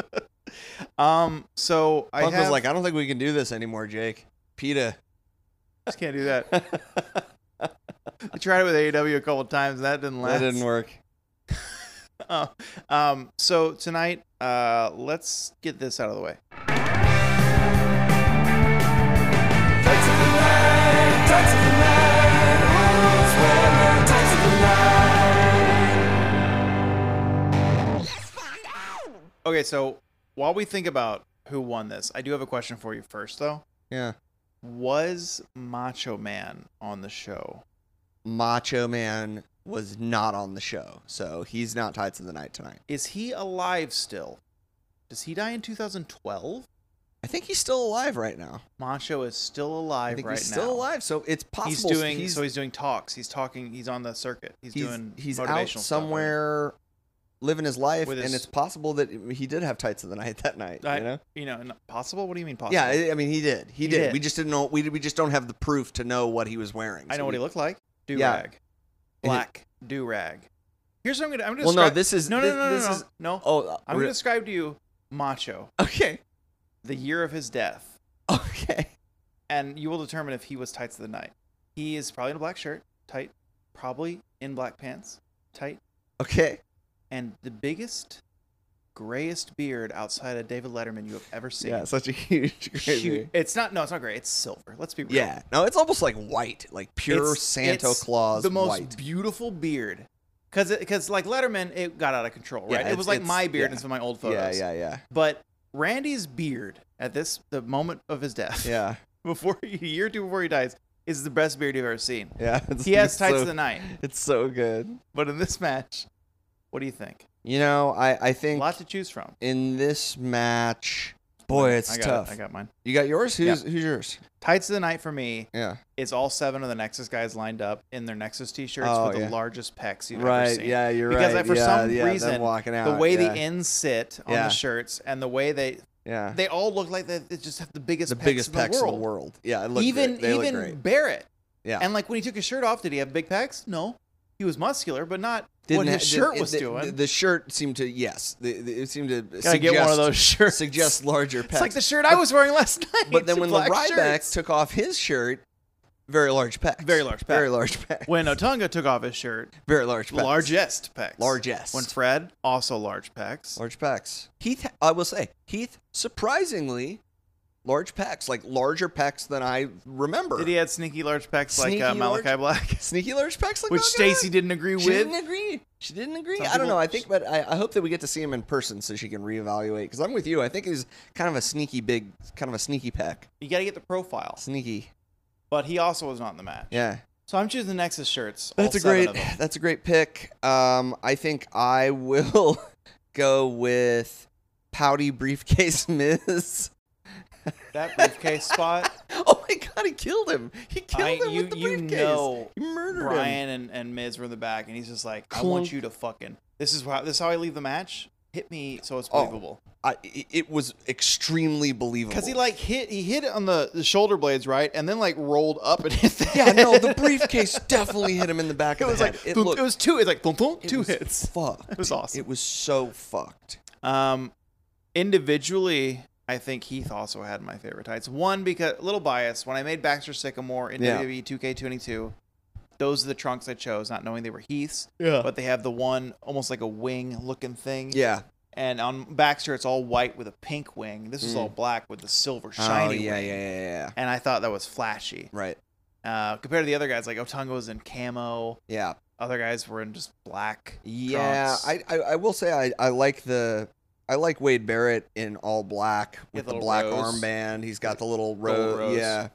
S1: Um, so I
S2: Punk
S1: have,
S2: was like, I don't think we can do this anymore, Jake. Peta.
S1: just can't do that. I tried it with AEW a couple of times. That didn't last.
S2: That didn't work.
S1: Oh, um, so tonight, uh, let's get this out of the way. Okay, so while we think about who won this, I do have a question for you first, though.
S2: Yeah.
S1: Was Macho Man on the show?
S2: Macho Man was not on the show, so he's not tied to the night tonight.
S1: Is he alive still? Does he die in 2012?
S2: I think he's still alive right now.
S1: Macho is still
S2: I
S1: alive
S2: think
S1: right
S2: he's still
S1: now.
S2: alive, so it's possible.
S1: He's doing
S2: He's,
S1: so. He's doing talks. He's talking. He's on the circuit. He's,
S2: he's-
S1: doing.
S2: he's
S1: motivational
S2: out
S1: stuff.
S2: somewhere, living his life,
S1: With
S2: and
S1: his-
S2: it's possible that he did have tights of the night that night.
S1: I-
S2: you know?
S1: You know, not possible. What do you mean possible?
S2: Yeah, I, I mean, he did. He,
S1: He
S2: did.
S1: did.
S2: We just didn't know. We we just don't have the proof to know what he was wearing.
S1: I know what he looked like. Do
S2: Yeah.
S1: rag, black do rag. Here's what I'm gonna. I'm gonna
S2: Well, no,
S1: describe-
S2: this is
S1: no, no,
S2: this,
S1: no, no,
S2: this
S1: no,
S2: is
S1: no.
S2: oh. uh,
S1: I'm
S2: re-
S1: gonna describe to you Macho,
S2: okay,
S1: the year of his death,
S2: okay.
S1: and you will determine if he was tights of the night. He is probably in a black shirt, tight, probably in black pants, tight,
S2: Okay.
S1: and the biggest, grayest beard outside of David Letterman you have ever seen.
S2: Yeah, such a huge, crazy.
S1: Huge- It's not. No, it's not gray. It's silver. Let's be real.
S2: Yeah. No, it's almost like white, like pure
S1: It's-
S2: Santa
S1: it's
S2: Claus
S1: the most
S2: white.
S1: beautiful beard. Cause, it, cause like Letterman, it got out of control,
S2: Yeah,
S1: right? it
S2: it's-
S1: was like
S2: it's-
S1: my
S2: yeah.
S1: beard and some of my old
S2: Yeah,
S1: photos.
S2: yeah, yeah.
S1: But Randy's beard at this the moment of his death,
S2: Yeah.
S1: before a year or two before he dies, is the best beard you've ever seen.
S2: Yeah. It's,
S1: He has
S2: it's
S1: tights
S2: so,
S1: of the night,
S2: It's so good.
S1: but in this match, what do you think?
S2: You know, I I
S1: A
S2: think
S1: lot to choose from.
S2: in this match, boy, it's
S1: I got it.
S2: tough.
S1: I got mine.
S2: You got yours?
S1: Yeah.
S2: Who's who's yours?
S1: Tights of the night for me
S2: Yeah.
S1: is all seven of the Nexus guys lined up in their Nexus t-shirts
S2: Oh,
S1: with
S2: yeah.
S1: the largest pecs you've ever
S2: Right.
S1: seen.
S2: Yeah, you're
S1: Because,
S2: right.
S1: like, for
S2: yeah,
S1: some
S2: yeah, them
S1: reason,
S2: walking out,
S1: the way
S2: yeah,
S1: the ends sit on
S2: Yeah.
S1: the shirts and the way they
S2: yeah.
S1: they all look like they, they just have the biggest
S2: the
S1: pecs
S2: biggest
S1: in the
S2: packs
S1: world.
S2: in the world. Yeah, it looked
S1: even
S2: great. They look
S1: even
S2: great.
S1: Barrett.
S2: Yeah.
S1: And like when he took his shirt off, did he have big pecs? No, he was muscular, but not what
S2: ha-
S1: his shirt
S2: did-
S1: was
S2: the,
S1: doing.
S2: The, the shirt seemed to yes, the, the, it seemed to
S1: Gotta
S2: suggest,
S1: get one of those shirts.
S2: suggest larger pecs.
S1: It's like the shirt I was wearing last night.
S2: but then
S1: the
S2: when the
S1: black
S2: Ryback
S1: shirts.
S2: took off his shirt, very large pecs.
S1: Very large
S2: Very
S1: pecs.
S2: large pecs.
S1: when Otunga took off his shirt,
S2: very large pecs.
S1: largest pecs.
S2: Largest.
S1: When Fred also large pecs.
S2: large pecs. Heath, I will say, Heath, surprisingly, large pecs, like larger pecs than I remember.
S1: Did he had sneaky large pecs like
S2: Sneaky
S1: uh,
S2: large-
S1: Malachi Black,
S2: Sneaky large pecs, like
S1: which
S2: Malachi
S1: Stacy didn't agree
S2: Black?
S1: with?
S2: She didn't agree. She didn't agree.
S1: Some
S2: I don't know.
S1: people-
S2: I think, but I, I hope that we get to see him in person so she can reevaluate. Because I'm with you. I think he's kind of a sneaky big, kind of a sneaky peck.
S1: You got to get the profile.
S2: Sneaky.
S1: But he also was not in the match.
S2: Yeah.
S1: So I'm choosing the Nexus shirts. all
S2: That's a
S1: seven
S2: great.
S1: of them.
S2: That's a great pick. Um, I think I will go with pouty briefcase Miz.
S1: That briefcase spot.
S2: oh my god, he killed him! He killed
S1: I,
S2: him
S1: you,
S2: with the
S1: you
S2: briefcase.
S1: know
S2: he murdered him.
S1: Brian and, and Miz were in the back, and he's just like, I want
S2: Clunk.
S1: you to fucking. This is how, this is how I leave the match. Hit me so it's
S2: Oh,
S1: believable.
S2: I, i- it was extremely believable.
S1: Because he like hit he hit it on the, the shoulder blades right, and then like rolled up and hit. The
S2: yeah, no, the
S1: head.
S2: briefcase definitely hit him in the back
S1: it
S2: of the
S1: was
S2: head.
S1: like
S2: it,
S1: boom,
S2: looked,
S1: it was two. It's like boom, boom,
S2: it
S1: two
S2: was
S1: hits.
S2: Fucked.
S1: It was awesome.
S2: It was so fucked.
S1: Um, individually, I think Heath also had my favorite tights. One because a little bias when I made Baxter Sycamore in E
S2: Yeah.
S1: WWE 2K22. Those are the trunks I chose, not knowing they were Heath's,
S2: Yeah.
S1: but they have the one almost like a wing looking thing.
S2: Yeah.
S1: And on Baxter, it's all white with a pink wing. This is all black with the silver shiny
S2: Mm. oh, yeah,
S1: wing.
S2: yeah, yeah, yeah.
S1: And I thought that was flashy.
S2: Right.
S1: Uh, compared to the other guys, like Otunga was in camo.
S2: Yeah.
S1: Other guys were in just black.
S2: Yeah,
S1: trunks.
S2: I, I I will say I, I like the I like Wade Barrett in all black with the
S1: little
S2: black
S1: rose.
S2: armband. He's got the little
S1: Gold
S2: robe.
S1: rose.
S2: Yeah,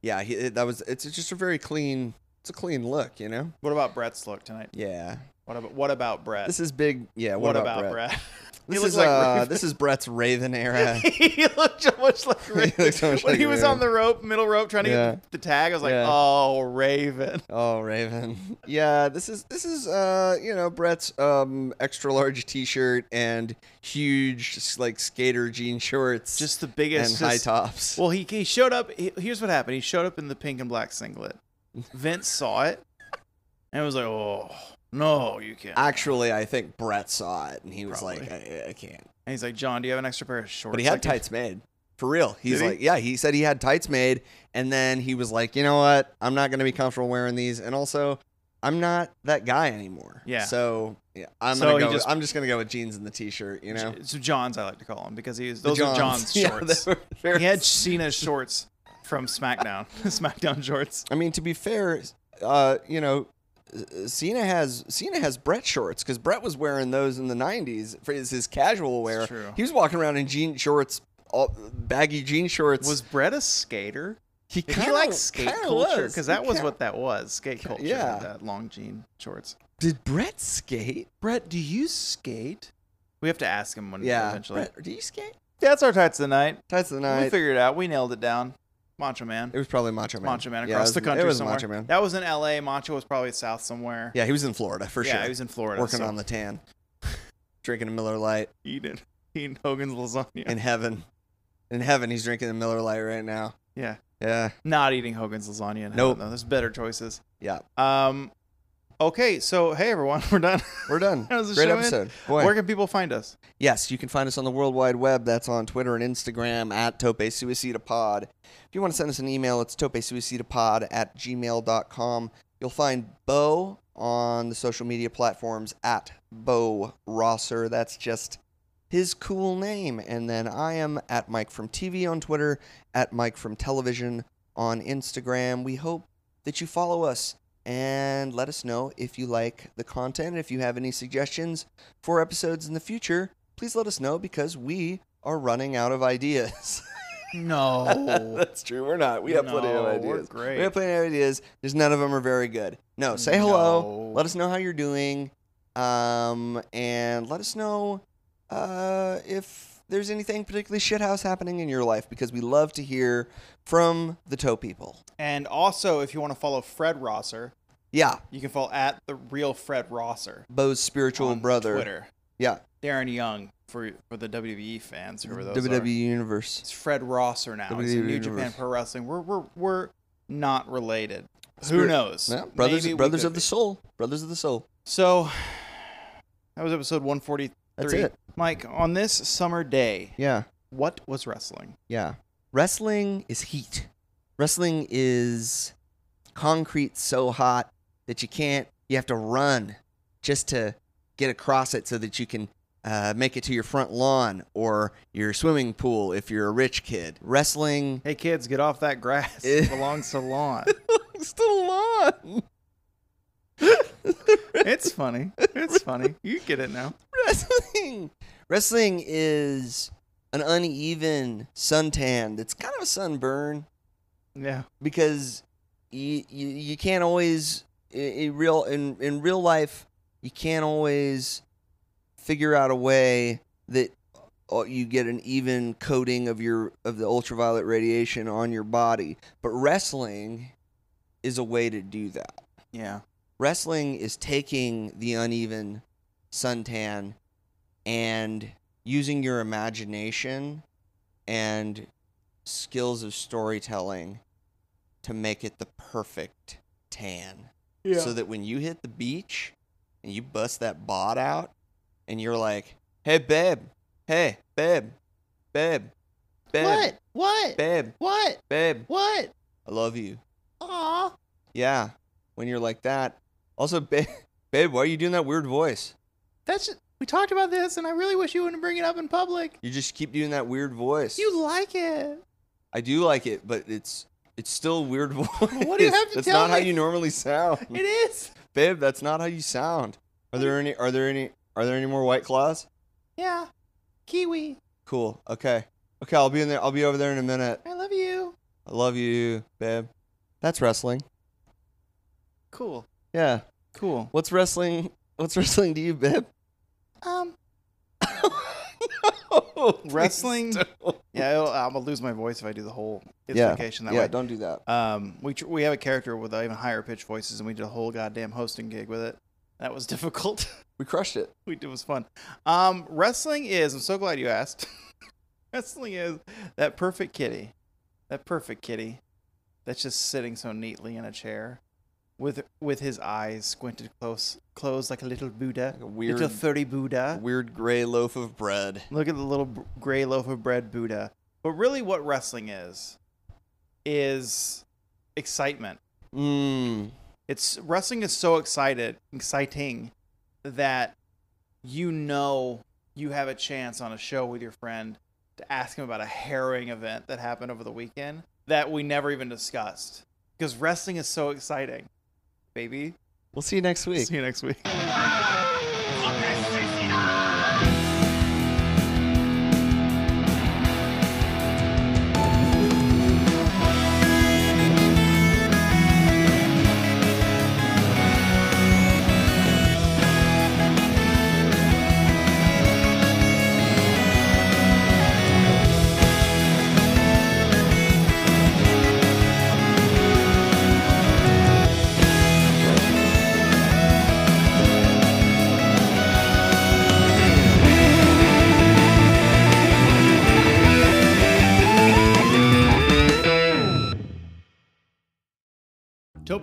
S2: yeah. He, that was it's just a very clean. It's a clean look, you know.
S1: What about Brett's look tonight?
S2: Yeah,
S1: What about what about Brett?
S2: This is big. Yeah. What,
S1: what, about,
S2: Brett?
S1: Brett?
S2: This
S1: looks
S2: is
S1: like
S2: uh,
S1: Raven.
S2: this is Brett's Raven era.
S1: he looked so much like Raven.
S2: looked so much
S1: when
S2: like
S1: he was
S2: Raven.
S1: on the rope, middle rope, trying to
S2: Yeah.
S1: get the tag, I was like,
S2: Yeah.
S1: "Oh, Raven."
S2: Oh, Raven. Yeah, this is this is uh, you know, Brett's um extra large t-shirt and huge s- like skater jean shorts
S1: Just the
S2: and
S1: biggest.
S2: high
S1: just-
S2: tops.
S1: Well, he he showed up. he- here's what happened. He showed up in the pink and black singlet. Vince saw it and was like, "Oh no, you can't."
S2: Actually, I think Brett saw it and he was like I, I can't.
S1: and he's like, "John, do you have an extra pair of shorts?"
S2: But he had
S1: I can-
S2: tights made. For real. He's
S1: Did he?
S2: like, yeah, he said he had tights made and then he was like, "You know what? I'm not going to be comfortable wearing these and also I'm not that guy anymore."
S1: Yeah.
S2: So, yeah, I'm
S1: So
S2: going
S1: he
S2: to go
S1: just-
S2: I'm just going to go with jeans and the t-shirt, you know.
S1: So John's, I like to call him because he's
S2: The
S1: those are John's
S2: Yeah,
S1: shorts.
S2: they were very
S1: he had Cena's shorts from SmackDown. SmackDown shorts.
S2: I mean, to be fair, uh, you know, Cena has Cena has Brett shorts because Brett was wearing those in the '90s for his, his casual wear.
S1: true.
S2: He was walking around in jean shorts, all, baggy jean shorts.
S1: Was Brett a skater?
S2: he
S1: Did
S2: kinda-
S1: he like skate
S2: kinda
S1: culture?
S2: was.
S1: Because
S2: He
S1: that was
S2: kinda-
S1: what that was. Skate culture. with
S2: yeah.
S1: That long jean shorts.
S2: Did Brett skate?
S1: Brett, do you skate? We have to ask him one
S2: Yeah.
S1: eventually.
S2: Brett, do you skate?
S1: That's our tights of the night.
S2: Tights of the
S1: We
S2: night.
S1: figured it out. We nailed it down. Macho Man.
S2: It was probably Macho Man.
S1: Macho Man
S2: Yeah, it
S1: across
S2: was-
S1: the country
S2: It was
S1: somewhere.
S2: Macho Man.
S1: That was in LA. Macho was probably south somewhere.
S2: Yeah, he was in Florida for
S1: yeah,
S2: sure.
S1: he was in Florida.
S2: working
S1: so
S2: on the tan, drinking a Miller Light
S1: eating eating Hogan's lasagna.
S2: in heaven. In heaven, he's drinking a Miller Light right now.
S1: yeah.
S2: Yeah.
S1: Not eating Hogan's lasagna. in heaven,
S2: Nope.
S1: though. There's better choices.
S2: Yeah.
S1: Um Okay, so hey everyone, we're done.
S2: We're done.
S1: That was the
S2: Great
S1: show, man.
S2: episode. Boy.
S1: Where can people find us?
S2: Yes, you can find us on the World Wide Web. That's on Twitter and Instagram at Tope Suicida Pod. If you want to send us an email, it's topesuicidapod at gmail.com. You'll find Bo on the social media platforms at Bo Rosser. That's just his cool name. And then I am at Mike from TV on Twitter, at Mike from Television on Instagram. We hope that you follow us and let us know if you like the content. If you have any suggestions for episodes in the future, please let us know because we are running out of ideas.
S1: No.
S2: That's true. We're not. We have plenty of
S1: No, we're
S2: ideas.
S1: great.
S2: We have plenty of ideas. Just none of them are very good. No, say hello.
S1: No.
S2: Let us know how you're doing. Um, and let us know uh, if there's anything particularly shithouse happening in your life because we love to hear from the toe people.
S1: And also, if you want to follow Fred Rosser,
S2: Yeah,
S1: you can follow at the real Fred Rosser
S2: Bo's spiritual
S1: on
S2: brother.
S1: Twitter.
S2: Yeah,
S1: Darren Young for for the WWE fans, whoever those
S2: WWE
S1: are.
S2: E Universe.
S1: It's Fred Rosser now. He's in
S2: WWE
S1: New Japan
S2: E Universe.
S1: Pro Wrestling. We're we're we're not related. Who
S2: Spirit-
S1: knows?
S2: Yeah, brothers,
S1: Maybe we
S2: brothers
S1: could
S2: of the
S1: be.
S2: soul. Brothers of the soul.
S1: So that was episode 143.
S2: That's it.
S1: Mike, on this summer day,
S2: Yeah.
S1: what was wrestling?
S2: Yeah. Wrestling is heat. Wrestling is concrete so hot that you can't, you have to run just to get across it so that you can uh, make it to your front lawn or your swimming pool if you're a rich kid. Wrestling
S1: Hey kids, get off that grass. It belongs to lawn.
S2: is the lawn.
S1: It's funny. It's funny. You get it now.
S2: Wrestling. Wrestling is an uneven suntan that's kind of a sunburn.
S1: Yeah.
S2: because you you, you can't always i- in real in, in real life you can't always figure out a way that uh, you get an even coating of your of the ultraviolet radiation on your body but wrestling is a way to do that
S1: Yeah.
S2: wrestling is taking the uneven suntan and using your imagination and skills of storytelling to make it the perfect tan
S1: Yeah.
S2: so that when you hit the beach and you bust that bod out and you're like hey babe hey babe babe babe
S6: What? What?
S2: babe
S6: What?
S2: babe
S6: What?
S2: i love you
S6: Aw.
S2: yeah, when you're like that. Also, babe, babe, why are you doing that weird voice?
S6: That's we talked about this, and I really wish you wouldn't bring it up in public.
S2: You just keep doing that weird voice.
S6: You like it.
S2: I do like it, but it's it's still a weird voice.
S6: do you have to
S2: That's
S6: tell
S2: not how
S6: me?
S2: you normally sound,
S6: It is.
S2: babe. That's not how you sound. Are there any? Are there any? Are there any more white claws?
S6: Yeah. Kiwi.
S2: Cool. Okay. Okay, I'll be in there. I'll be over there in a minute.
S6: I love you.
S2: I love you, babe. That's wrestling.
S1: Cool.
S2: Yeah.
S1: Cool.
S2: What's wrestling? What's wrestling to you, Bib?
S1: Um,
S2: Oh, please
S1: Wrestling-
S2: don't.
S1: yeah, it'll, I'm gonna lose my voice if I do the whole
S2: Yeah,
S1: implication that
S2: yeah,
S1: way.
S2: don't do that.
S1: Um, we tr- we have a character with even higher pitched voices, and we did a whole goddamn hosting gig with it. That was difficult.
S2: We crushed it.
S1: we did it was fun. Um, wrestling is. I'm so glad you asked. wrestling is that perfect kitty, that perfect kitty, that's just sitting so neatly in a chair, with with his eyes squinted close, closed like a little Buddha,
S3: Like a weird,
S1: little thirty Buddha.
S3: weird gray loaf of bread.
S1: Look at the little b- gray loaf of bread Buddha. But really, what wrestling is, is excitement.
S2: Mm.
S1: It's wrestling is so excited, exciting, that you know you have a chance on a show with your friend to ask him about a harrowing event that happened over the weekend that we never even discussed because wrestling is so exciting, baby.
S2: We'll see you next week.
S1: See you next week. Tope